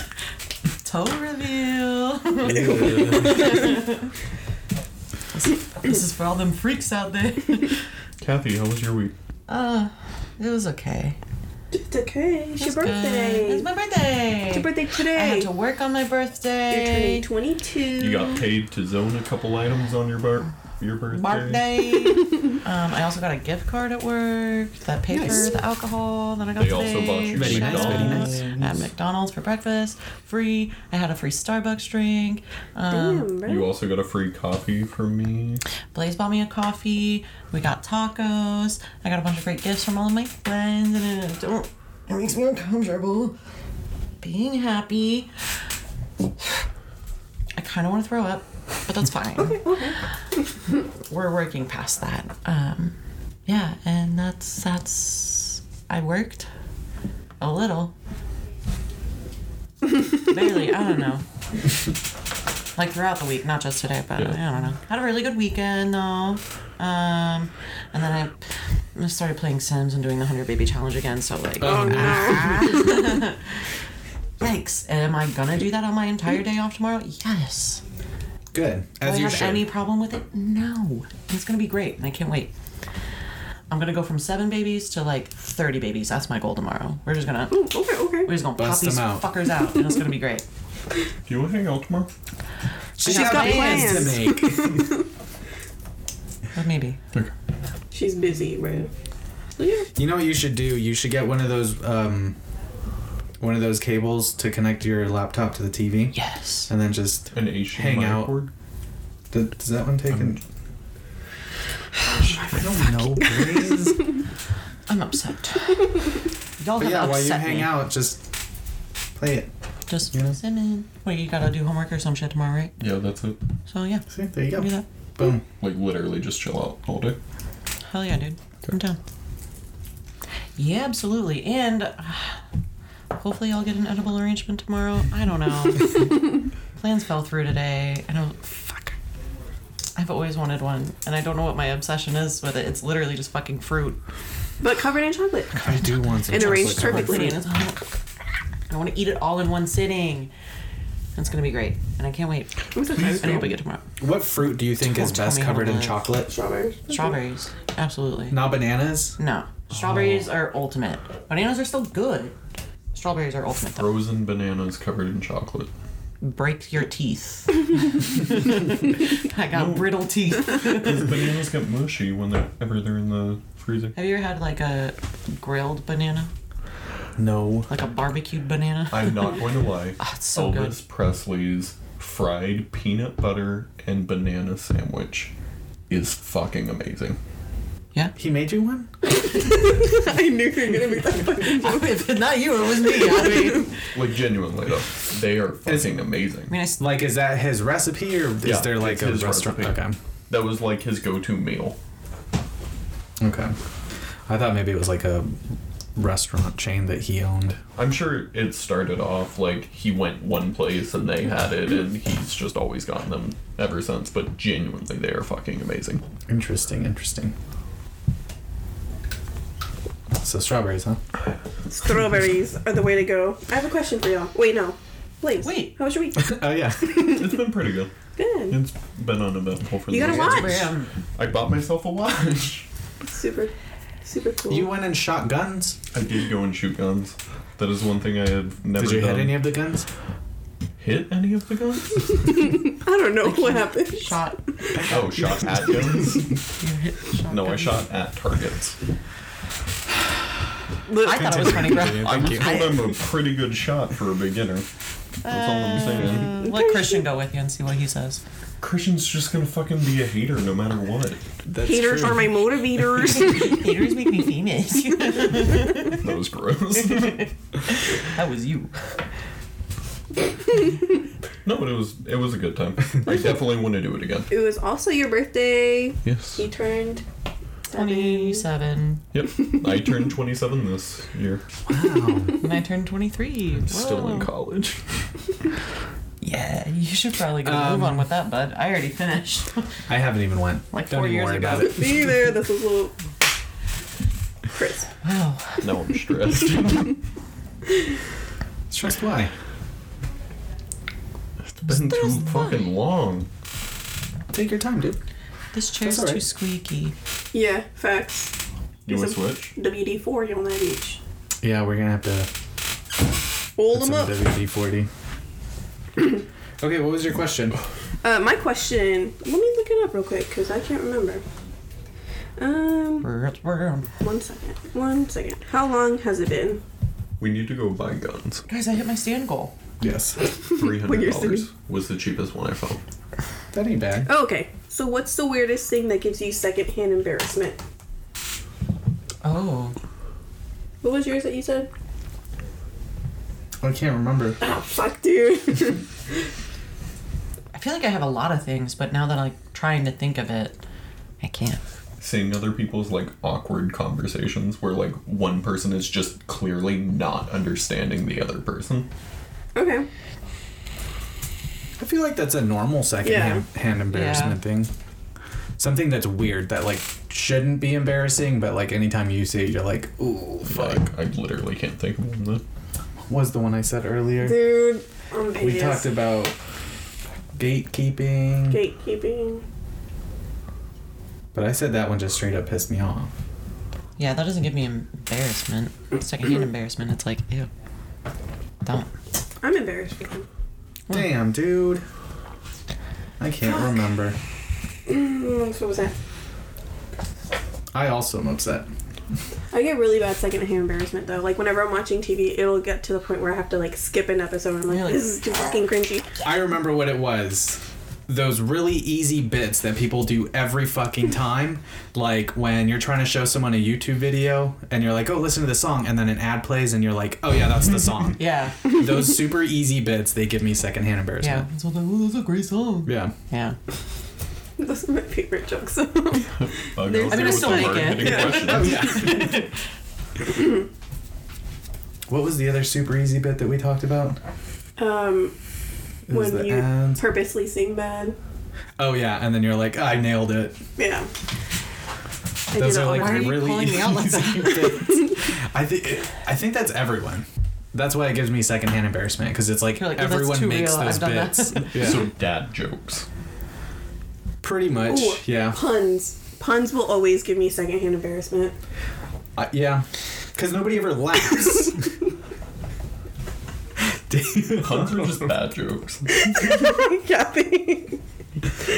Speaker 3: Toe reveal. This is for all them freaks out there.
Speaker 6: Kathy, how was your week?
Speaker 3: Uh, it was okay.
Speaker 4: It's okay. It's your
Speaker 3: It was good.
Speaker 4: birthday.
Speaker 3: It's my birthday.
Speaker 4: It's your birthday
Speaker 3: I
Speaker 4: today.
Speaker 3: had to work on my
Speaker 4: You're
Speaker 3: birthday.
Speaker 4: turning 22.
Speaker 6: You got paid to zone a couple items on your bar your birthday.
Speaker 3: Birthday. Um, I also got a gift card at work that paid
Speaker 5: Nice.
Speaker 3: for the alcohol that I got
Speaker 6: They
Speaker 3: today.
Speaker 6: also bought you
Speaker 5: Very nice, very
Speaker 6: McDonald's.
Speaker 3: I had McDonald's for breakfast, free. I had a free Starbucks drink. Um,
Speaker 4: Damn, bro.
Speaker 6: You also got a free coffee from me.
Speaker 3: Blaze bought me a coffee. We got tacos. I got a bunch of great gifts from all of my friends, and it, don't, it makes me uncomfortable being happy. I kind of want to throw up, but that's fine. We're working past that. Um, yeah, and that's that's. I worked a little, barely. I don't know. Like throughout the week, not just today, but
Speaker 6: Yeah.
Speaker 3: I don't know. Had a really good weekend though. Um, and then I started playing Sims and doing the hundred baby challenge again. So like,
Speaker 5: Oh,
Speaker 3: yikes! Am I gonna do that on my entire day off tomorrow? Yes.
Speaker 5: Good.
Speaker 3: Do I
Speaker 5: As you
Speaker 3: have
Speaker 5: should.
Speaker 3: any problem with it? No. It's gonna be great, and I can't wait. I'm gonna go from seven babies to like thirty babies. That's my goal tomorrow. We're just gonna
Speaker 4: Ooh, okay, okay.
Speaker 3: we're just gonna pop
Speaker 5: Bust
Speaker 3: these
Speaker 5: them out.
Speaker 3: fuckers out, and it's gonna be great.
Speaker 6: Do you want to hang out tomorrow?
Speaker 5: She's
Speaker 3: got
Speaker 5: to make.
Speaker 3: But maybe.
Speaker 6: Okay.
Speaker 4: She's busy, bro. So yeah.
Speaker 5: You know what you should do? You should get one of those um, one of those cables to connect your laptop to the TV,
Speaker 3: Yes.
Speaker 5: and then just
Speaker 6: An Asian
Speaker 5: Hang out.
Speaker 6: cord?
Speaker 5: does, does that one take? An, I don't know, please.
Speaker 3: I'm upset. Y'all
Speaker 5: but
Speaker 3: have
Speaker 5: yeah, while you
Speaker 3: upset
Speaker 5: hang
Speaker 3: me.
Speaker 5: out, just play it.
Speaker 3: Just
Speaker 5: You know?
Speaker 3: Simon. Wait, you gotta do homework or some shit tomorrow, right?
Speaker 6: Yeah, that's it.
Speaker 3: So yeah,
Speaker 5: See, there you go.
Speaker 3: do that.
Speaker 5: Boom.
Speaker 6: Like literally just chill out all day.
Speaker 3: Hell yeah, dude. I'm down. Yeah, absolutely. And uh, hopefully I'll get an edible arrangement tomorrow. I don't know. Plans fell through today. I don't. Fuck. I've always wanted one, and I don't know what my obsession is with it. It's literally just fucking fruit.
Speaker 4: But covered in chocolate.
Speaker 5: I do want some.
Speaker 4: And arranged
Speaker 5: chocolate.
Speaker 4: perfectly.
Speaker 3: Fruit, and it's- I want to eat it all in one sitting. It's gonna be great, and I can't wait.
Speaker 4: I'm so tired.
Speaker 3: And it'll be good tomorrow.
Speaker 5: What fruit do you think is
Speaker 3: Don't tell
Speaker 5: best
Speaker 3: me
Speaker 5: covered
Speaker 3: how
Speaker 5: in
Speaker 3: to-
Speaker 5: chocolate?
Speaker 4: Strawberries.
Speaker 3: Strawberries, Oh. absolutely.
Speaker 5: Not bananas.
Speaker 3: No, strawberries are ultimate. Bananas are still good. Strawberries are ultimate though.
Speaker 6: Frozen bananas covered in chocolate.
Speaker 3: break your teeth. I got brittle teeth.
Speaker 6: Because bananas get mushy whenever they're in the freezer.
Speaker 3: Have you ever had like a grilled banana,
Speaker 5: No.
Speaker 3: like a barbecued banana?
Speaker 6: I'm not going to lie.
Speaker 3: Ah, it's so good.
Speaker 6: Elvis Presley's fried peanut butter and banana sandwich is fucking amazing.
Speaker 5: He made you one?
Speaker 4: I knew you were gonna make that fucking joke.
Speaker 3: if not you, it was me. I mean,
Speaker 6: Like genuinely though, they are fucking amazing.
Speaker 3: I mean, I s-
Speaker 5: Like, is that his recipe, or is
Speaker 6: Yeah,
Speaker 5: there like
Speaker 6: it's
Speaker 5: a
Speaker 6: his
Speaker 5: restaurant?
Speaker 6: recipe.
Speaker 5: Okay.
Speaker 6: That was like his go-to meal.
Speaker 5: Okay. I thought maybe it was like a restaurant chain that he owned.
Speaker 6: I'm sure it started off like he went one place and they had it, and he's just always gotten them ever since. But genuinely, they are fucking amazing.
Speaker 5: Interesting, interesting. So strawberries, huh?
Speaker 4: Strawberries are the way to go. I have a question for y'all. Wait, no. Blaze.
Speaker 3: Wait.
Speaker 4: How was your week?
Speaker 5: Oh yeah.
Speaker 6: It's been pretty good.
Speaker 4: Good.
Speaker 6: It's been uneventful for
Speaker 4: You
Speaker 6: the
Speaker 4: gotta
Speaker 6: most part.
Speaker 4: watch.
Speaker 3: um,
Speaker 6: I bought myself a watch.
Speaker 4: Super, super cool.
Speaker 5: you went and shot guns.
Speaker 6: I did go and shoot guns. That is one thing I have never
Speaker 5: Did you
Speaker 6: done.
Speaker 5: hit any of the guns?
Speaker 6: hit any of the guns?
Speaker 4: I don't know what happened.
Speaker 3: shot.
Speaker 6: oh, shot at guns?
Speaker 3: shot
Speaker 6: No, I
Speaker 3: guns.
Speaker 6: shot at targets.
Speaker 3: I thought it was funny, bro.
Speaker 5: Continue,
Speaker 6: I
Speaker 5: Thank
Speaker 6: just
Speaker 5: you.
Speaker 6: told I'm a pretty good shot for a beginner. That's all I'm saying.
Speaker 3: Uh, let Christian go with you and see what he says.
Speaker 6: Christian's just gonna fucking be a hater no matter what.
Speaker 5: That's
Speaker 4: Haters
Speaker 5: true.
Speaker 4: are my motivators.
Speaker 3: Haters make me famous.
Speaker 6: That was gross.
Speaker 3: that was you.
Speaker 6: no, but it was it was a good time. I definitely want to do it again.
Speaker 4: it was also your birthday.
Speaker 6: Yes.
Speaker 4: He turned seven.
Speaker 3: Twenty-seven,
Speaker 6: Yep. I turned 27 this year.
Speaker 3: and I turned twenty-three.
Speaker 6: Still in
Speaker 3: Whoa.
Speaker 6: college.
Speaker 3: Yeah, you should probably get a
Speaker 5: Um,
Speaker 3: move on with that, bud. I already finished.
Speaker 5: I haven't even went.
Speaker 3: Like
Speaker 5: Don't
Speaker 3: four
Speaker 5: even
Speaker 3: years
Speaker 5: worry
Speaker 3: ago.
Speaker 5: about it.
Speaker 4: See there, this is a little crisp.
Speaker 3: wow.
Speaker 6: Now I'm stressed.
Speaker 5: Stressed why?
Speaker 6: it's been too
Speaker 3: Stressed
Speaker 6: fucking long.
Speaker 5: Take your time, dude.
Speaker 3: This chair's
Speaker 5: That's all right.
Speaker 3: too squeaky.
Speaker 4: Yeah, facts.
Speaker 6: You want to
Speaker 4: Some-
Speaker 6: switch?
Speaker 4: WD-40 on that beach.
Speaker 5: Yeah, we're gonna have to
Speaker 4: Roll
Speaker 5: put
Speaker 4: them
Speaker 5: some
Speaker 4: up.
Speaker 5: WD forty. okay, what was your question?
Speaker 4: Uh, my question. Let me look it up real quick because I can't remember. Um,
Speaker 3: That's brown.
Speaker 4: one second. One second. How long has it been?
Speaker 6: We need to go buy guns.
Speaker 3: Guys, I hit my stand goal.
Speaker 5: Yes.
Speaker 6: Three
Speaker 4: When
Speaker 6: hundred
Speaker 4: you're sitting-
Speaker 6: dollars was the cheapest one I found.
Speaker 5: That ain't bad.
Speaker 4: Oh, okay. So what's the weirdest thing that gives you secondhand embarrassment?
Speaker 3: Oh.
Speaker 4: What was yours that you said?
Speaker 5: I can't remember.
Speaker 4: Oh, fuck, dude.
Speaker 3: I feel like I have a lot of things, but now that I'm like, trying to think of it, I can't.
Speaker 6: Seeing other people's like awkward conversations where like one person is just clearly not understanding the other person.
Speaker 4: okay.
Speaker 5: I feel like that's a normal second
Speaker 4: Yeah.
Speaker 5: hand, hand embarrassment thing. Something that's weird that like shouldn't be embarrassing, but like anytime you see it, you're like, ooh, fuck.
Speaker 6: Like I literally can't think of one.
Speaker 5: Was the one I said earlier?
Speaker 4: Dude, I'm
Speaker 5: We
Speaker 4: pissed.
Speaker 5: talked about gatekeeping,
Speaker 4: Gatekeeping.
Speaker 5: but I said that one just straight up pissed me off.
Speaker 3: Yeah, that doesn't give me embarrassment. Secondhand embarrassment, it's like, ew. Don't.
Speaker 4: I'm embarrassed for him.
Speaker 5: Damn, dude. I can't remember.
Speaker 4: Mm, what was that?
Speaker 5: I also am upset.
Speaker 4: I get really bad secondhand embarrassment though. Like whenever I'm watching TV, it'll get to the point where I have to like skip an episode. I'm like,
Speaker 3: Really?
Speaker 4: this is too fucking cringy.
Speaker 5: I remember what it was. Those really easy bits that people do every fucking time. Like when you're trying to show someone a YouTube video and you're like, oh, listen to the song. And then an ad plays and you're like, oh, yeah, that's the song.
Speaker 3: Yeah.
Speaker 5: Those super easy bits, they give me secondhand
Speaker 3: Yeah.
Speaker 5: embarrassment.
Speaker 3: It's all like, oh, that's a great song.
Speaker 5: Yeah.
Speaker 3: Yeah.
Speaker 4: Those are my favorite jokes.
Speaker 6: Bug
Speaker 4: There's-
Speaker 6: out
Speaker 4: I
Speaker 3: mean,
Speaker 6: there
Speaker 3: I
Speaker 6: with
Speaker 3: still
Speaker 6: the
Speaker 3: like it.
Speaker 6: hard-hitting
Speaker 4: Yeah.
Speaker 6: questions.
Speaker 5: Oh, What was the other super easy bit that we talked about?
Speaker 4: um,
Speaker 5: It was
Speaker 4: when
Speaker 5: the
Speaker 4: you
Speaker 5: ads.
Speaker 4: purposely sing bad.
Speaker 5: Oh, yeah. And then you're like, I nailed it.
Speaker 4: Yeah. I do
Speaker 5: Those
Speaker 4: that
Speaker 5: are
Speaker 4: all
Speaker 5: like
Speaker 3: Why
Speaker 4: the
Speaker 3: are
Speaker 4: time.
Speaker 5: the
Speaker 3: you
Speaker 5: really
Speaker 3: calling me out like that?
Speaker 5: easy bits. I think I think that's everyone. That's why it gives me secondhand embarrassment because it's like,
Speaker 3: You're like, "Well, that's
Speaker 5: everyone
Speaker 3: too
Speaker 5: makes
Speaker 3: real.
Speaker 5: those
Speaker 3: I've done that."
Speaker 5: bits. Yeah.
Speaker 6: So dad jokes.
Speaker 5: pretty much,
Speaker 4: Ooh.
Speaker 5: yeah,
Speaker 4: puns. Puns will always give me secondhand embarrassment.
Speaker 5: Uh, yeah, because nobody ever laughs. Damn.
Speaker 6: Puns are just bad jokes.
Speaker 4: Kathy.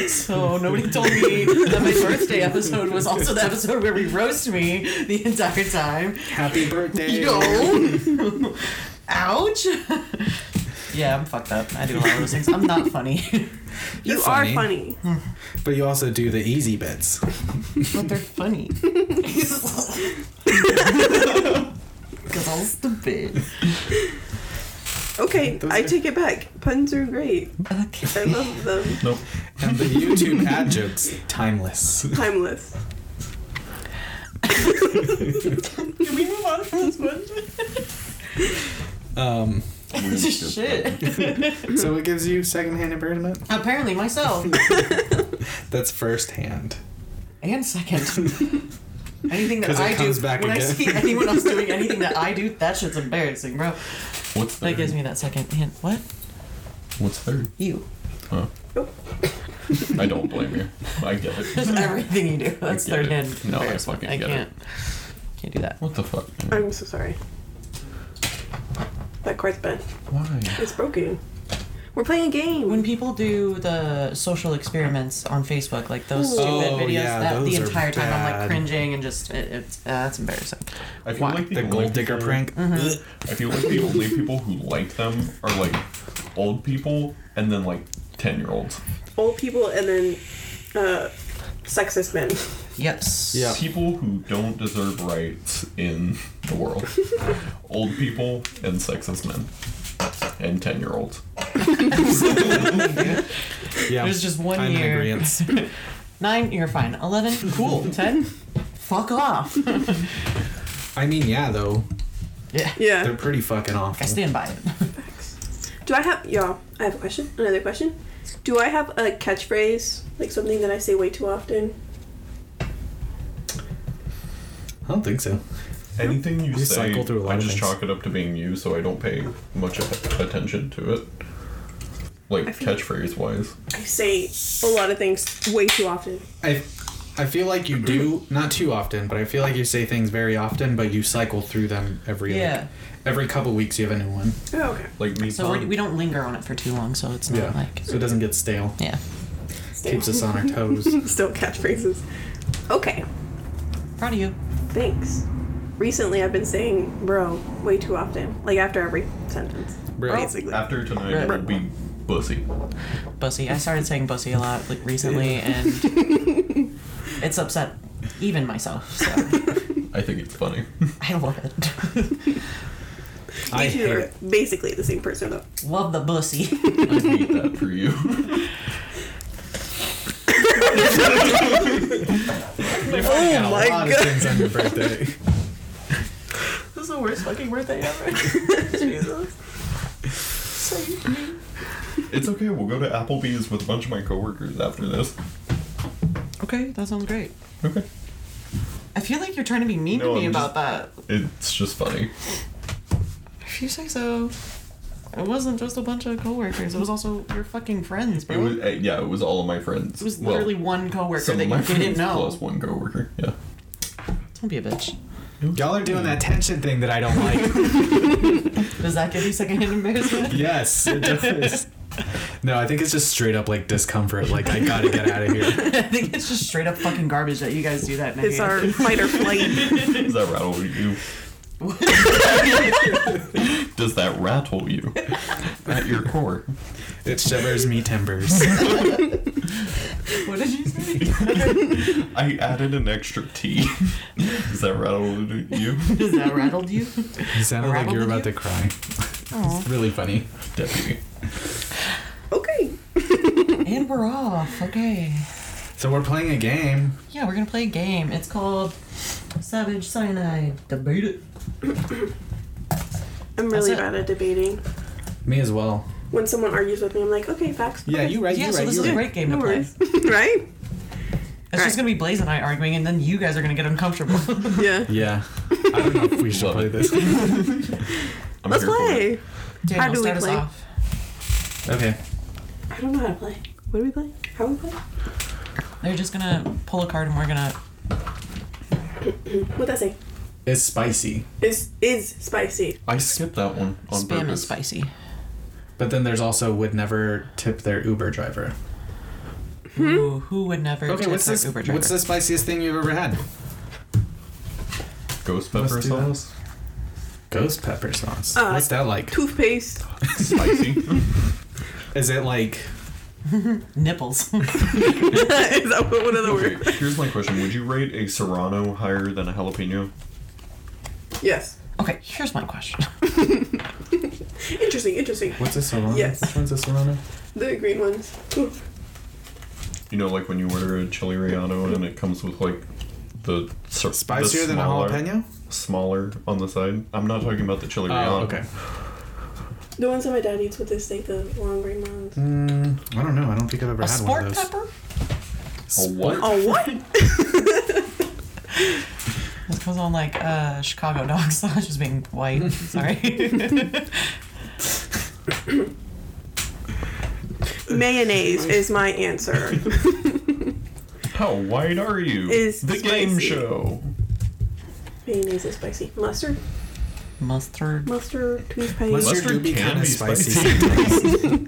Speaker 3: So nobody told me that my birthday episode was also the episode where we roast me the entire time.
Speaker 5: Happy birthday!
Speaker 3: Yo. Ouch. yeah, I'm fucked up. I do a lot of those things. I'm not funny.
Speaker 5: You're
Speaker 4: you are funny.
Speaker 5: but you also do the easy bits.
Speaker 3: but they're funny. Because I'm stupid.
Speaker 4: Okay,
Speaker 5: Those
Speaker 4: I
Speaker 5: are-
Speaker 4: take it back. Puns are great. I
Speaker 3: Okay.
Speaker 4: love them.
Speaker 6: Nope.
Speaker 5: And the YouTube ad jokes, timeless.
Speaker 4: Timeless.
Speaker 3: Can we move on from this one?
Speaker 5: Um,
Speaker 3: Shit.
Speaker 5: so it gives you secondhand embarrassment.
Speaker 3: Apparently myself.
Speaker 5: That's firsthand.
Speaker 3: And second. Anything that
Speaker 5: 'Cause it
Speaker 3: I do
Speaker 5: comes back
Speaker 3: when I
Speaker 5: again.
Speaker 3: see anyone else doing anything that I do, that shit's embarrassing, bro.
Speaker 6: What's third?
Speaker 3: That gives me that second hint. What?
Speaker 6: What's third?
Speaker 3: You.
Speaker 6: Huh? I don't blame you. I get it.
Speaker 3: Just everything you do. That's
Speaker 6: get
Speaker 3: third
Speaker 6: it.
Speaker 3: hand.
Speaker 6: No, I
Speaker 3: embarrassment.
Speaker 6: fucking
Speaker 3: I
Speaker 6: get it.
Speaker 3: can't. Can't do that.
Speaker 6: What the fuck? man?
Speaker 4: I'm so sorry. That card's bent.
Speaker 6: Why?
Speaker 4: It's broken. We're playing a game.
Speaker 3: When people do the social experiments on Facebook, like those
Speaker 4: Ooh.
Speaker 3: stupid
Speaker 5: Oh,
Speaker 3: videos,
Speaker 5: yeah,
Speaker 3: that
Speaker 5: those
Speaker 3: the
Speaker 5: are
Speaker 3: entire time I'm
Speaker 5: bad.
Speaker 3: like cringing and just it, it's uh, that's embarrassing.
Speaker 6: I feel
Speaker 3: Why?
Speaker 6: like the,
Speaker 5: The
Speaker 6: only
Speaker 5: gold digger
Speaker 6: people-
Speaker 5: prank.
Speaker 6: I feel like the only people who like them are like old people and then like ten year olds.
Speaker 4: Old people and then uh, sexist men.
Speaker 3: Yes.
Speaker 5: Yeah.
Speaker 6: People who don't deserve rights in the world. old people and sexist men. And ten year olds.
Speaker 5: Yeah,
Speaker 3: There's just one
Speaker 5: I'm
Speaker 3: year.
Speaker 5: in agreement.
Speaker 3: Nine, you're fine. Eleven, cool. Ten, fuck off.
Speaker 5: I mean, yeah, though
Speaker 3: yeah.
Speaker 5: they're
Speaker 4: Yeah.
Speaker 5: pretty fucking awful.
Speaker 3: I stand by it.
Speaker 4: Do I have y'all? I have a question. Another question. Do I have a catchphrase like something that I say way too often?
Speaker 5: I don't think so.
Speaker 6: Anything you
Speaker 5: We
Speaker 6: say,
Speaker 5: cycle through a lot
Speaker 6: I
Speaker 5: of
Speaker 6: just
Speaker 5: things.
Speaker 6: chalk it up to being you, so I don't pay much a- attention to it. Like
Speaker 4: I feel-
Speaker 6: catchphrase wise.
Speaker 4: I say a lot of things way too often.
Speaker 5: I I feel like you do not too often, but I feel like you say things very often, but you cycle through them every like,
Speaker 3: Yeah.
Speaker 5: every couple weeks. You have a new one,
Speaker 4: Oh, okay.
Speaker 6: Like me.
Speaker 3: So
Speaker 5: Um,
Speaker 3: we're,
Speaker 6: Tom.
Speaker 3: we don't linger on it for too long, so it's not like
Speaker 5: so it doesn't get stale.
Speaker 3: yeah.
Speaker 4: Still,
Speaker 5: Keeps us on our toes.
Speaker 4: Still catchphrases. Okay.
Speaker 3: Proud of you.
Speaker 4: Thanks. Recently, I've been saying bro way too often, like after every sentence.
Speaker 5: Bro.
Speaker 4: Basically.
Speaker 6: After tonight,
Speaker 3: Right.
Speaker 6: it would be bussy.
Speaker 3: Bussy. I started saying bussy a lot like recently, and it's upset even myself. So
Speaker 6: I think it's funny.
Speaker 3: I love it.
Speaker 5: I
Speaker 4: you two
Speaker 5: hate
Speaker 4: are basically the same person, though.
Speaker 3: love the bussy.
Speaker 6: I hate that for you.
Speaker 5: oh
Speaker 4: my
Speaker 5: a lot
Speaker 4: God.
Speaker 5: of things on your birthday.
Speaker 3: This is the worst fucking birthday ever.
Speaker 4: Jesus.
Speaker 6: It's okay. We'll go to Applebee's with a bunch of my coworkers after this.
Speaker 3: Okay, that sounds great.
Speaker 6: Okay.
Speaker 3: I feel like you're trying to be mean
Speaker 6: No,
Speaker 3: to me
Speaker 6: I'm
Speaker 3: about that.
Speaker 6: It's just funny.
Speaker 3: If you say so. It wasn't just a bunch of coworkers. It was also your fucking friends, bro.
Speaker 6: It was uh, yeah. It was all of my friends.
Speaker 3: It was literally one coworker
Speaker 6: some
Speaker 3: that
Speaker 6: of
Speaker 3: you
Speaker 6: my
Speaker 3: didn't
Speaker 6: friends
Speaker 3: know.
Speaker 6: plus one coworker. Yeah.
Speaker 3: Don't be a bitch.
Speaker 5: Y'all are doing that tension thing that I don't like.
Speaker 3: Does that give you secondhand embarrassment?
Speaker 5: yes, it does. No, I think it's just straight up like discomfort. Like I gotta get out of here.
Speaker 3: I think it's just straight up fucking garbage that you guys do that.
Speaker 4: It's
Speaker 3: Megan.
Speaker 4: our fight or flight.
Speaker 6: Does that rattle you? Does that rattle you at your core?
Speaker 5: It shivers me timbers.
Speaker 3: What did you say?
Speaker 6: I added an extra T. Does that rattle you?
Speaker 3: Does that rattled you?
Speaker 5: You sounded like you were
Speaker 3: Rattled
Speaker 5: about
Speaker 3: you?
Speaker 5: to cry. It's really funny.
Speaker 6: Deputy.
Speaker 4: okay.
Speaker 3: And we're off. Okay.
Speaker 5: So we're playing a game.
Speaker 3: Yeah, we're gonna play a game. It's called Savage Cyanide. Debate it.
Speaker 4: I'm really
Speaker 3: it.
Speaker 4: bad at debating.
Speaker 5: Me as well.
Speaker 4: When someone argues with me, I'm like, okay, facts.
Speaker 5: Yeah,
Speaker 4: okay.
Speaker 5: you right.
Speaker 3: Yeah,
Speaker 5: you
Speaker 3: so
Speaker 5: right.
Speaker 3: this
Speaker 5: you
Speaker 3: is a great
Speaker 5: right.
Speaker 3: game
Speaker 4: No
Speaker 3: to play.
Speaker 4: worries. right?
Speaker 3: It's just
Speaker 4: Alright.
Speaker 3: gonna be Blaze and I arguing, and then you guys are gonna get uncomfortable.
Speaker 4: Yeah.
Speaker 5: Yeah. I don't know if we should
Speaker 6: Love
Speaker 5: play
Speaker 6: it.
Speaker 5: this.
Speaker 6: I'm
Speaker 4: Let's
Speaker 6: here for
Speaker 4: play.
Speaker 6: it.
Speaker 3: Daniel,
Speaker 4: How do we
Speaker 3: start
Speaker 4: play?
Speaker 3: us off.
Speaker 5: Okay.
Speaker 4: I don't know how to play. What do we play? How do we play?
Speaker 3: They're just gonna pull a card, and we're gonna.
Speaker 4: What'd that say?
Speaker 5: It's spicy.
Speaker 4: Is is spicy.
Speaker 6: I skipped that one
Speaker 3: Spam
Speaker 6: on
Speaker 3: is
Speaker 6: purpose.
Speaker 3: spicy.
Speaker 5: But then there's also would never tip their Uber driver.
Speaker 3: Ooh, who would never
Speaker 5: Okay,
Speaker 3: tip
Speaker 5: what's
Speaker 3: their
Speaker 5: this?
Speaker 3: Uber driver?
Speaker 5: What's the spiciest thing you've ever had?
Speaker 6: Ghost
Speaker 5: Let's
Speaker 6: pepper
Speaker 5: do
Speaker 6: sauce.
Speaker 5: Ghost pepper sauce.
Speaker 4: Uh,
Speaker 5: What's that like?
Speaker 4: Toothpaste.
Speaker 6: Spicy.
Speaker 5: Is it like
Speaker 3: Nipples.
Speaker 4: is that what one of the words?
Speaker 6: okay, here's my question. Would you rate a serrano higher than a jalapeno?
Speaker 4: Yes.
Speaker 3: okay, here's my question.
Speaker 4: Interesting, interesting.
Speaker 5: what's a serrano?
Speaker 4: Yes.
Speaker 5: Which one's a serrano?
Speaker 4: The green ones. Ooh.
Speaker 6: You know, like when you order a chili relleno and it comes with like the ser- the
Speaker 5: Spicier than a
Speaker 6: smaller-
Speaker 5: jalapeno?
Speaker 6: Smaller on the side. I'm not talking about the chili
Speaker 5: Oh,
Speaker 6: relleno.
Speaker 5: okay.
Speaker 4: The ones that my dad eats with his steak, the long green ones.
Speaker 5: Mm, I don't know. I don't think I've ever
Speaker 3: A
Speaker 5: had one
Speaker 3: sport
Speaker 5: of those.
Speaker 3: pepper?
Speaker 6: A what?
Speaker 4: Oh what?
Speaker 3: This goes on like uh, Chicago dog sausage just being white. Sorry.
Speaker 4: Mayonnaise is my answer.
Speaker 6: How white are you?
Speaker 4: Is
Speaker 6: the game
Speaker 4: spicy.
Speaker 6: show.
Speaker 4: Mayonnaise is spicy. Mustard?
Speaker 3: Mustard.
Speaker 4: Mustard, toothpaste.
Speaker 5: Mustard,
Speaker 6: Mustard
Speaker 5: do be
Speaker 6: can
Speaker 5: kind of
Speaker 6: be
Speaker 5: spicy.
Speaker 6: spicy.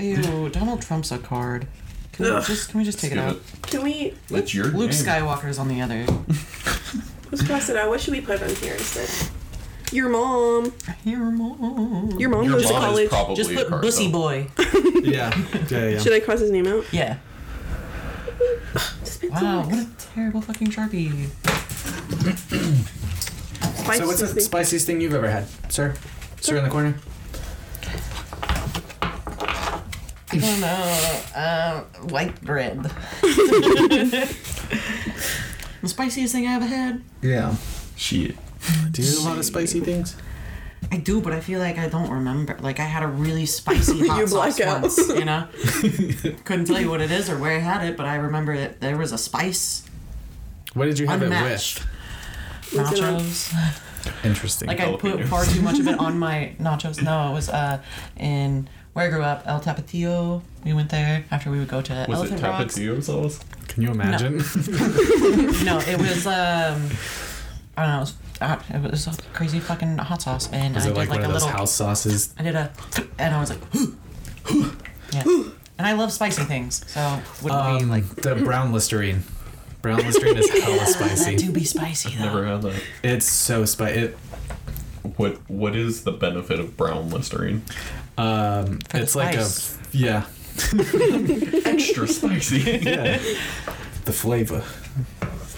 Speaker 3: Ew, Donald Trump's a card. Can we
Speaker 4: Ugh.
Speaker 3: just can we just take it out?
Speaker 4: Can we
Speaker 6: That's your
Speaker 3: Luke
Speaker 6: game.
Speaker 3: Skywalker's on the other.
Speaker 4: let's cross it out? What should we put on here instead? Your mom.
Speaker 3: Your mom.
Speaker 4: Your mom
Speaker 6: Your
Speaker 4: goes to
Speaker 6: mom
Speaker 4: college.
Speaker 6: is probably
Speaker 3: Just
Speaker 6: a
Speaker 3: put
Speaker 6: card,
Speaker 3: Bussy
Speaker 6: though.
Speaker 3: Boy.
Speaker 5: yeah. Yeah, yeah.
Speaker 4: should I cross his name out?
Speaker 3: Yeah. Wow, what a terrible fucking sharpie.
Speaker 4: Spicy.
Speaker 5: So what's the spiciest thing you've ever had, sir? Sir in the corner.
Speaker 3: I don't know. Uh, white bread. the spiciest thing I ever had.
Speaker 5: Yeah.
Speaker 6: Shit.
Speaker 5: Do you eat a lot of spicy things?
Speaker 3: I do, but I feel like I don't remember. Like I had a really spicy hot
Speaker 4: You
Speaker 3: sauce
Speaker 4: black out.
Speaker 3: once, you know. Couldn't tell you what it is or where I had it, but I remember that there was a spice
Speaker 5: What did you have
Speaker 3: unmatched.
Speaker 4: Was it on-
Speaker 3: Nachos.
Speaker 5: it with? Interesting.
Speaker 3: Like I put
Speaker 6: Jalapenos.
Speaker 3: far too much of it on my nachos. No, it was uh in where I grew up, El Tapatio. We went there after we would go to
Speaker 6: Was
Speaker 3: Elephant
Speaker 6: it
Speaker 3: Rocks.
Speaker 6: tapatio sauce?
Speaker 5: Can you imagine?
Speaker 3: No, it was um I don't know, it was, uh, it was a crazy fucking hot sauce and
Speaker 5: Is
Speaker 3: I
Speaker 5: it
Speaker 3: did
Speaker 5: like,
Speaker 3: like,
Speaker 5: one
Speaker 3: a
Speaker 5: of those
Speaker 3: little
Speaker 5: house sauces?
Speaker 3: I did a, and I was like,
Speaker 5: Uh,
Speaker 3: yeah. And I love spicy things, so wouldn't be Um, like,
Speaker 5: the brown Um, listerine. Brown Listerine is hella
Speaker 3: That
Speaker 5: spicy.
Speaker 3: do be spicy though.
Speaker 6: Never had that.
Speaker 5: It's so spicy. It,
Speaker 6: What What is the benefit of brown Listerine?
Speaker 5: um,
Speaker 3: the
Speaker 5: it's like a
Speaker 3: spice.
Speaker 5: yeah,
Speaker 6: Extra spicy.
Speaker 5: yeah. the flavor.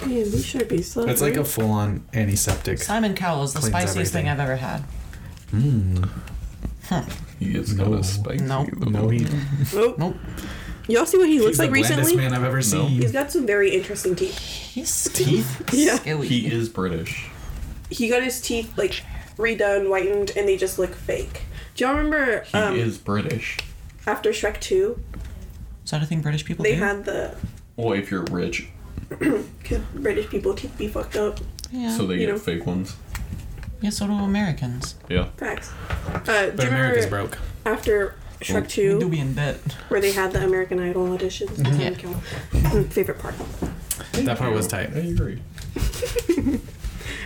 Speaker 4: Man, we should be so.
Speaker 5: It's
Speaker 3: Mm-hmm.
Speaker 5: like a full-on antiseptic.
Speaker 3: Simon Cowell is the
Speaker 5: Cleans
Speaker 3: spiciest
Speaker 5: everything.
Speaker 3: thing I've ever had.
Speaker 6: he is
Speaker 5: No.
Speaker 6: kind of spicy.
Speaker 3: No.
Speaker 6: though.
Speaker 5: No, he
Speaker 4: Oh.
Speaker 3: Nope.
Speaker 4: Y'all see what he looks
Speaker 5: he's
Speaker 4: like
Speaker 5: the blandest
Speaker 4: recently?
Speaker 5: man I've ever
Speaker 6: No.
Speaker 5: seen.
Speaker 4: He's got some very interesting teeth.
Speaker 3: He's
Speaker 5: Teeth?
Speaker 4: Yeah.
Speaker 3: Skewy.
Speaker 6: He is British.
Speaker 4: He got his teeth like redone, whitened, and they just look fake. Do y'all remember
Speaker 6: He
Speaker 4: um,
Speaker 6: is British.
Speaker 4: after Shrek 2,
Speaker 3: Is that a thing British people
Speaker 4: they
Speaker 3: do?
Speaker 4: had the.
Speaker 6: Well, if you're rich,
Speaker 4: Cause British people teeth be fucked up.
Speaker 3: yeah.
Speaker 6: so they
Speaker 4: You
Speaker 6: get
Speaker 4: know.
Speaker 6: fake ones.
Speaker 3: yeah, so do Americans.
Speaker 6: Yeah.
Speaker 4: Facts. Uh, do
Speaker 5: But
Speaker 4: you
Speaker 5: America's
Speaker 4: remember
Speaker 5: broke.
Speaker 4: after Shrek
Speaker 3: We do
Speaker 4: 2,
Speaker 3: be in debt.
Speaker 4: where they had the American Idol auditions?
Speaker 3: Yeah.
Speaker 4: Yeah. Mm, Favorite part.
Speaker 5: That part was tight.
Speaker 6: I agree.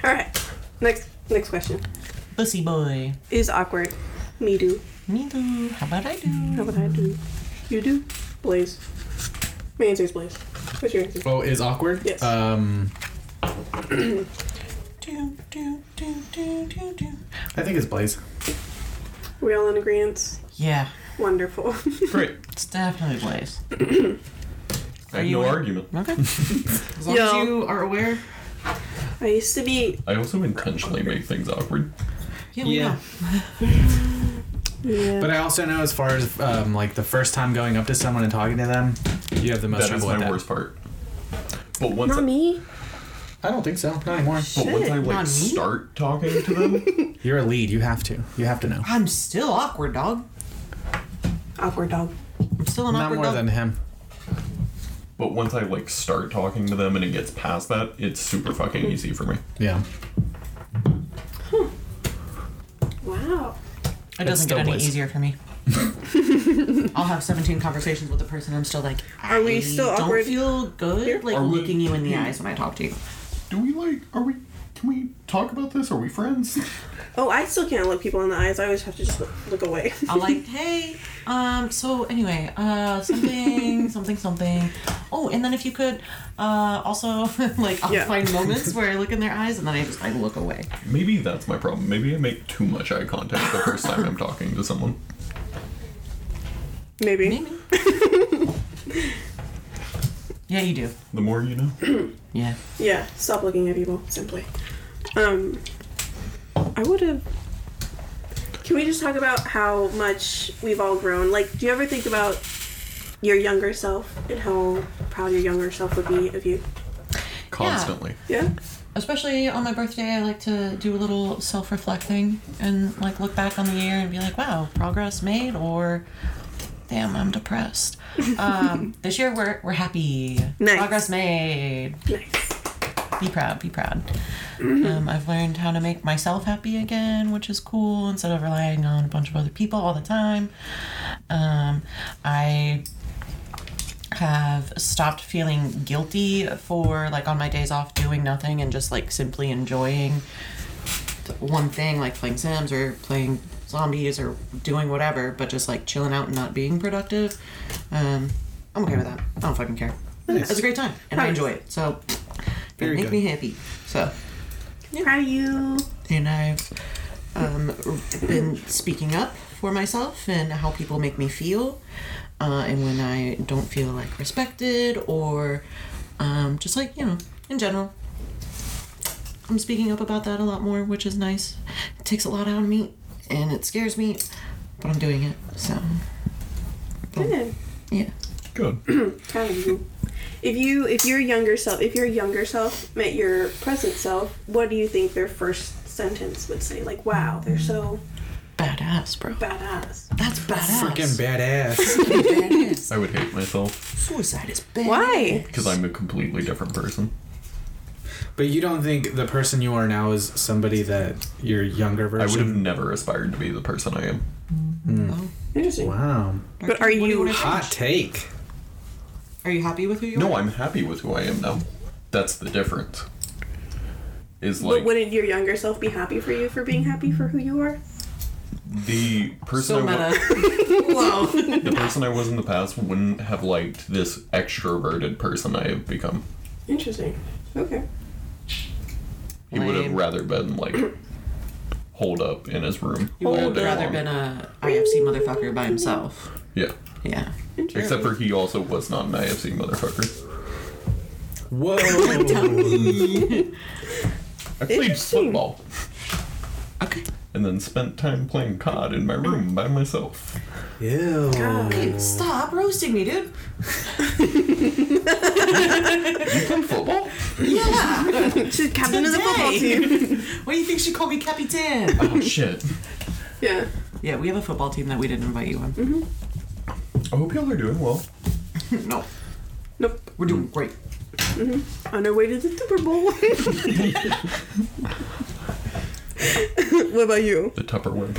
Speaker 4: All right. Next next question.
Speaker 3: Bussy boy.
Speaker 4: Is awkward. Me do.
Speaker 3: Me do. How about I
Speaker 4: How
Speaker 3: do?
Speaker 4: would I do? You do? Blaze. My answer is Blaze. What's your answer?
Speaker 5: Oh, is awkward.
Speaker 4: Yes.
Speaker 5: Um,
Speaker 3: Do, do, do, do, do, do.
Speaker 5: I think it's Blaze.
Speaker 4: We all in agreement.
Speaker 3: Yeah,
Speaker 4: Wonderful.
Speaker 6: Great.
Speaker 3: it's definitely Blaze.
Speaker 6: I have
Speaker 3: you
Speaker 6: no
Speaker 3: in?
Speaker 6: argument.
Speaker 3: Okay. as long as
Speaker 4: Yo.
Speaker 3: you are aware.
Speaker 4: I used to be.
Speaker 6: I also intentionally make things awkward.
Speaker 3: Yeah, we
Speaker 5: Yeah.
Speaker 3: know.
Speaker 4: Yeah.
Speaker 5: But I also know as far as um, like the first time going up to someone and talking to them, you have the most
Speaker 6: That is
Speaker 5: trouble with
Speaker 6: my
Speaker 5: that.
Speaker 6: worst part. But once
Speaker 4: Not
Speaker 6: I,
Speaker 4: me.
Speaker 5: I don't think so. Not anymore.
Speaker 6: but once
Speaker 3: Not
Speaker 6: I
Speaker 3: me.
Speaker 6: like start talking to them,
Speaker 5: You're a lead. You have to. You have to know.
Speaker 3: I'm still awkward, dog.
Speaker 4: Awkward dog.
Speaker 3: I'm still an
Speaker 5: Not
Speaker 3: awkward
Speaker 5: more
Speaker 3: dog.
Speaker 5: than him.
Speaker 6: but once I like start talking to them and it gets past that, it's super fucking easy for me.
Speaker 5: Yeah.
Speaker 4: Wow.
Speaker 3: it doesn't
Speaker 5: still
Speaker 3: get any
Speaker 5: Blaze.
Speaker 3: easier for me. I'll have 17 conversations with the person. I'm still like,
Speaker 4: Are we
Speaker 3: I
Speaker 4: still
Speaker 3: don't
Speaker 4: awkward
Speaker 3: feel good like
Speaker 6: Are we-
Speaker 3: looking you in the
Speaker 5: Hmm.
Speaker 3: eyes when I talk to you.
Speaker 6: Do we like? Are we? Can we talk about this? Are we friends?
Speaker 4: Oh, I still can't look people in the eyes. I always have to just look, look away.
Speaker 3: I'm like, hey, um, so anyway, uh, something, something, something. Oh, and then if you could, uh, also, like, I'll
Speaker 4: Yeah.
Speaker 3: find moments where I look in their eyes and then I just, I look away.
Speaker 6: Maybe that's my problem. Maybe I make too much eye contact the first time I'm talking to someone.
Speaker 4: Maybe.
Speaker 3: Maybe. yeah, you do.
Speaker 6: The more you know.
Speaker 3: Yeah.
Speaker 4: Yeah. Stop looking at people. Simply. Um. I would have. Can we just talk about how much we've all grown? Like, do you ever think about your younger self and how proud your younger self would be of you?
Speaker 6: Constantly.
Speaker 4: Yeah.
Speaker 3: Especially on my birthday, I like to do a little self reflecting and, like, look back on the year and be like, wow, progress made or. Damn, I'm depressed. Um, this year we're, we're happy.
Speaker 4: Nice.
Speaker 3: Progress made.
Speaker 4: Nice. Mm-hmm.
Speaker 3: be proud, be proud. Um, I've learned how to make myself happy again, which is cool, instead of relying on a bunch of other people all the time. Um, I have stopped feeling guilty for, like, on my days off, doing nothing and just, like, simply enjoying one thing, like playing Sims or playing zombies or doing whatever, but just, like, chilling out and not being productive. Um, I'm okay with that. I don't fucking care. It's a great time, and I
Speaker 4: Nice.
Speaker 3: enjoy it. So,
Speaker 5: Very
Speaker 3: it make
Speaker 5: good.
Speaker 3: me happy. So,
Speaker 4: Proud of you.
Speaker 3: and I've um, been speaking up for myself and how people make me feel, uh, and when I don't feel like respected or um, just like you know, in general. I'm speaking up about that a lot more, which is nice. It takes a lot out of me, and it scares me, but I'm doing it. So,
Speaker 4: Yeah.
Speaker 3: yeah.
Speaker 6: Good.
Speaker 4: Proud of you. If you if your younger self if your younger self met your present self, what do you think their first sentence would say? Like, wow, they're so
Speaker 3: Badass, bro.
Speaker 4: badass.
Speaker 3: That's badass.
Speaker 5: Freaking badass.
Speaker 3: badass.
Speaker 6: I would hate myself
Speaker 3: Suicide is bad.
Speaker 4: Why?
Speaker 6: because I'm a completely different person.
Speaker 5: but you don't think the person you are now is somebody that your younger
Speaker 6: I would have
Speaker 5: version?
Speaker 6: never aspired to be the person I am.
Speaker 3: Oh.
Speaker 4: Interesting.
Speaker 5: Wow.
Speaker 4: But are
Speaker 3: What do
Speaker 4: you-
Speaker 3: wanna change?
Speaker 5: Hot take.
Speaker 3: Are you happy with who you
Speaker 6: No,
Speaker 3: are?
Speaker 6: I'm happy with who I am now. That's the difference. Is
Speaker 4: But
Speaker 6: like
Speaker 4: wouldn't your younger self be happy for you for being happy for who you are?
Speaker 6: the person
Speaker 3: So
Speaker 6: I wa-
Speaker 3: meta. Whoa.
Speaker 6: the person I was in the past wouldn't have liked this extroverted person I have become.
Speaker 4: Interesting. Okay.
Speaker 6: He would have
Speaker 3: Lame.
Speaker 6: rather been like holed up in his room.
Speaker 3: He would
Speaker 6: all
Speaker 3: have
Speaker 6: day
Speaker 3: rather
Speaker 6: long.
Speaker 3: been a IFC motherfucker by himself.
Speaker 6: Yeah.
Speaker 3: Yeah.
Speaker 6: Except for he also was not an IFC motherfucker.
Speaker 5: Whoa.
Speaker 6: I played
Speaker 4: Interesting.
Speaker 6: football
Speaker 3: Okay.
Speaker 6: and then spent time playing COD in my room by myself.
Speaker 5: Ew.
Speaker 3: Stop roasting me, dude.
Speaker 6: Play football?
Speaker 3: Yeah.
Speaker 4: She's captain of the football
Speaker 3: Today.
Speaker 4: team.
Speaker 3: Why do you think she called me Capitan?
Speaker 6: Oh shit.
Speaker 4: Yeah.
Speaker 3: yeah, we have a football team that we didn't invite you on.
Speaker 6: I hope y'all are doing well.
Speaker 3: No,
Speaker 4: Nope.
Speaker 3: we're doing great.
Speaker 4: On our way to the Super Bowl. what about you?
Speaker 6: The Tupperware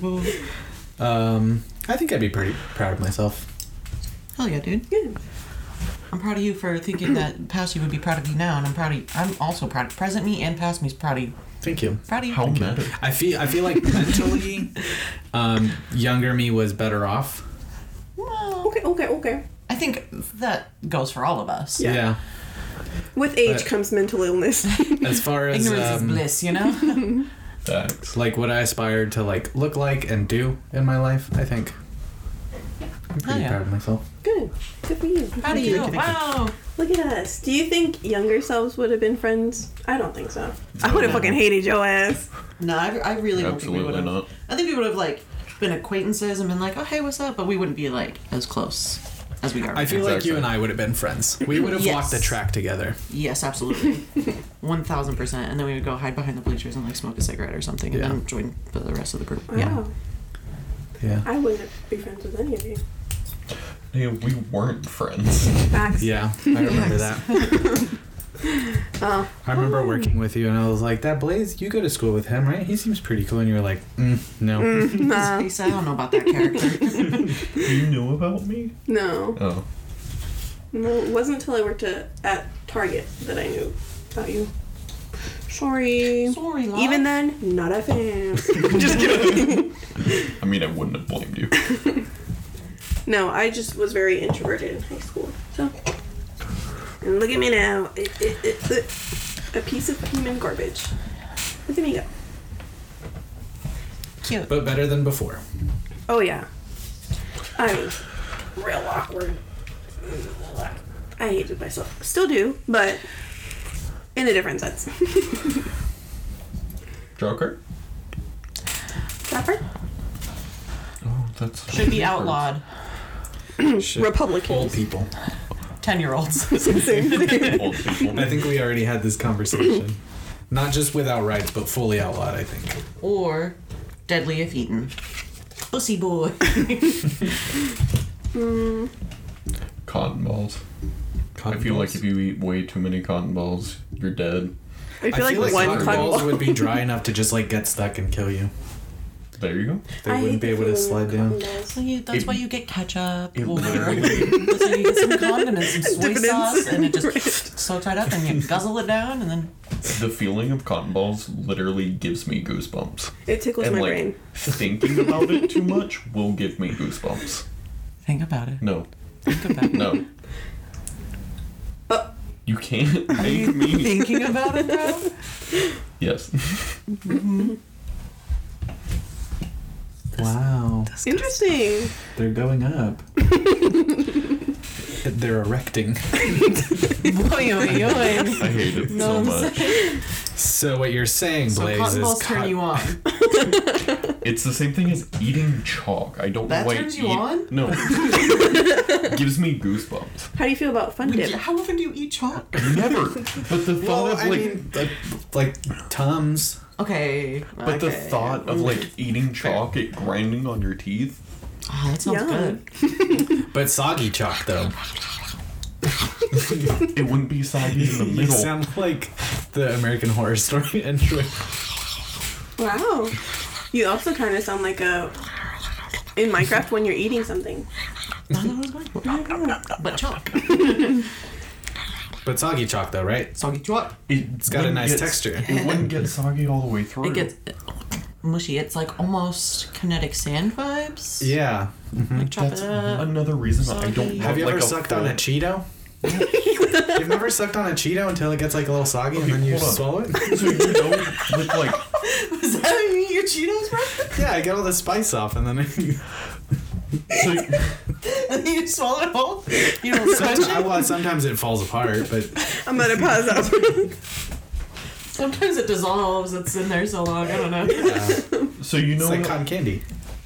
Speaker 6: bowl.
Speaker 5: Um, I think I'd be pretty proud of myself.
Speaker 3: Hell yeah, dude.
Speaker 4: Good.
Speaker 3: I'm proud of you for thinking that past you would be proud of you now, and I'm proud of you. I'm also proud. Present me and past me is proud of you.
Speaker 5: Thank you.
Speaker 3: Proud of you.
Speaker 6: How meta.
Speaker 5: I feel I feel like mentally, um, younger me was better off.
Speaker 3: Well,
Speaker 4: Okay, okay, okay.
Speaker 3: I think that goes for all of us.
Speaker 4: Yeah.
Speaker 5: Yeah.
Speaker 4: With age
Speaker 5: But-
Speaker 4: comes mental illness.
Speaker 5: As far as
Speaker 3: Ignorance is
Speaker 5: um,
Speaker 3: bliss, you know?
Speaker 6: Facts.
Speaker 5: like what I aspired to like look like and do in my life, I think I'm pretty
Speaker 3: Oh, yeah.
Speaker 5: proud of myself.
Speaker 4: Good. Good for you.
Speaker 3: Proud of
Speaker 5: you,
Speaker 3: you.
Speaker 5: thank you, thank
Speaker 3: Wow.
Speaker 4: Look at us. Do you think younger selves would have been friends? I don't think so. I would have fucking hated your ass.
Speaker 3: No, I, I really don't think we would
Speaker 6: Absolutely
Speaker 3: have.
Speaker 6: not.
Speaker 3: I think we would have, like, been acquaintances and been like, oh, hey, what's up? But we wouldn't be, like, as close as we are.
Speaker 5: I feel like you
Speaker 6: Exactly.
Speaker 5: and I would have been friends. We would have
Speaker 3: Yes.
Speaker 5: walked the track together.
Speaker 3: Yes, absolutely. 1000%. And then we would go hide behind the bleachers and, like, smoke a cigarette or something
Speaker 5: Yeah.
Speaker 3: and then join the rest of the group.
Speaker 4: Wow.
Speaker 3: Yeah.
Speaker 5: Yeah.
Speaker 4: I wouldn't be friends with any of you.
Speaker 6: Yeah, we weren't friends.
Speaker 4: Facts.
Speaker 5: Yeah, I remember that.
Speaker 3: Oh.
Speaker 5: I remember working with you, and I was like, "That Blaze, you go to school with him, right? He seems pretty cool." And you were like, mm, "No."
Speaker 3: He said, I don't know about that character.
Speaker 6: you knew about me?
Speaker 4: No.
Speaker 6: Oh.
Speaker 4: No, it wasn't until I worked at, at Target that I knew about you. Sorry.
Speaker 3: Sorry, love.
Speaker 4: Even then, not a fan. just kidding.
Speaker 6: I mean, I wouldn't have blamed you.
Speaker 4: No, I just was very introverted in high school. So, and look at me now. It, it, it's a, a piece of human garbage. Look at me go.
Speaker 3: Cute.
Speaker 5: but better than before.
Speaker 4: Oh yeah. I mean, real awkward. I hated myself. Still do, but in a different sense.
Speaker 6: Draw a card?
Speaker 4: Rapper?
Speaker 6: Oh, that's.
Speaker 3: Should be outlawed. Hmm.
Speaker 5: Shit. Old
Speaker 4: Republicans.
Speaker 5: people.
Speaker 3: 10 year olds.
Speaker 6: Old people.
Speaker 5: I think we already had this conversation, not just without rights, but fully outlawed. I think.
Speaker 3: or deadly if eaten. Pussy boy.
Speaker 6: Cotton balls. I feel like if you eat way too many cotton balls, you're dead.
Speaker 4: I feel like one
Speaker 5: cotton
Speaker 4: cotton
Speaker 5: balls
Speaker 4: ball.
Speaker 5: would be dry enough to just like get stuck and kill you.
Speaker 6: There you go.
Speaker 5: They
Speaker 4: I hate
Speaker 5: wouldn't be
Speaker 4: the
Speaker 5: able
Speaker 4: feeling
Speaker 5: to
Speaker 4: of
Speaker 5: slide down.
Speaker 4: cotton balls.
Speaker 3: So you, that's why you get ketchup. Or,
Speaker 5: literally-
Speaker 3: that's why you get some condiments, some soy
Speaker 4: Dividends.
Speaker 3: sauce, and it just soaks right up, and you guzzle it down, and then
Speaker 6: The feeling of cotton balls literally gives me goosebumps.
Speaker 4: It tickles
Speaker 6: and
Speaker 4: my
Speaker 6: like
Speaker 4: brain.
Speaker 6: thinking about it too much will give me goosebumps.
Speaker 3: think about it.
Speaker 6: No,
Speaker 3: Think about it.
Speaker 6: no.
Speaker 4: Oh.
Speaker 6: You can't make me.
Speaker 3: Thinking about it though.
Speaker 6: Yes.
Speaker 5: Wow,
Speaker 4: Interesting.
Speaker 5: they're going up. they're erecting.
Speaker 3: Oy, oy, oy.
Speaker 6: I hate it so
Speaker 3: I'm
Speaker 6: much.
Speaker 5: So what you're saying,
Speaker 3: So
Speaker 5: Blaze,
Speaker 3: cotton
Speaker 5: is
Speaker 3: balls turn
Speaker 5: cotton-
Speaker 3: you on.
Speaker 6: It's the same thing as eating chalk. I don't
Speaker 3: That
Speaker 6: know why
Speaker 3: turns
Speaker 6: eat-
Speaker 3: you on?
Speaker 6: No. gives me goosebumps.
Speaker 4: How do you feel about fun dip?
Speaker 3: How often do you eat chalk?
Speaker 6: Never. But the thought
Speaker 5: Well,
Speaker 6: of
Speaker 5: I
Speaker 6: like
Speaker 5: mean, like, like tums.
Speaker 3: Okay.
Speaker 6: But the thought of like eating chalk, it grinding on your teeth.
Speaker 3: Oh, that sounds
Speaker 4: Yum.
Speaker 3: good.
Speaker 5: But soggy chalk, though.
Speaker 6: It wouldn't be soggy in the
Speaker 5: You
Speaker 6: middle.
Speaker 5: sound like the American Horror Story intro.
Speaker 4: Wow. You also kind of sound like a in Minecraft when you're eating something.
Speaker 3: But chalk.
Speaker 5: But soggy chalk, though, right?
Speaker 3: Soggy chalk.
Speaker 6: it's
Speaker 5: got a nice texture.
Speaker 6: It wouldn't get soggy all the way through.
Speaker 3: It gets mushy. It's like almost kinetic sand vibes.
Speaker 5: Yeah.
Speaker 3: Like chop it
Speaker 6: That's
Speaker 3: up.
Speaker 6: another reason I
Speaker 3: uh, Soggy.
Speaker 6: don't
Speaker 5: Have
Speaker 6: love,
Speaker 5: you
Speaker 6: like
Speaker 5: ever
Speaker 6: a
Speaker 5: sucked on a
Speaker 6: full-
Speaker 5: Cheeto? You've never sucked on a Cheeto until it gets like a little soggy
Speaker 6: Okay,
Speaker 5: and then you
Speaker 6: hold on.
Speaker 5: swallow it?
Speaker 6: So you know, with like,
Speaker 3: Is that how you eat your Cheetos, bro?
Speaker 5: yeah, I get all the spice off and then I,
Speaker 6: so
Speaker 3: And then you swallow it whole? You don't
Speaker 5: sometimes,
Speaker 3: squish
Speaker 5: I-
Speaker 3: it?
Speaker 5: well, sometimes it falls apart, but uh,
Speaker 4: I'm gonna pause that.
Speaker 3: Sometimes it dissolves. It's in there so long. I don't know.
Speaker 5: uh,
Speaker 6: so you know,
Speaker 5: it's like cotton candy.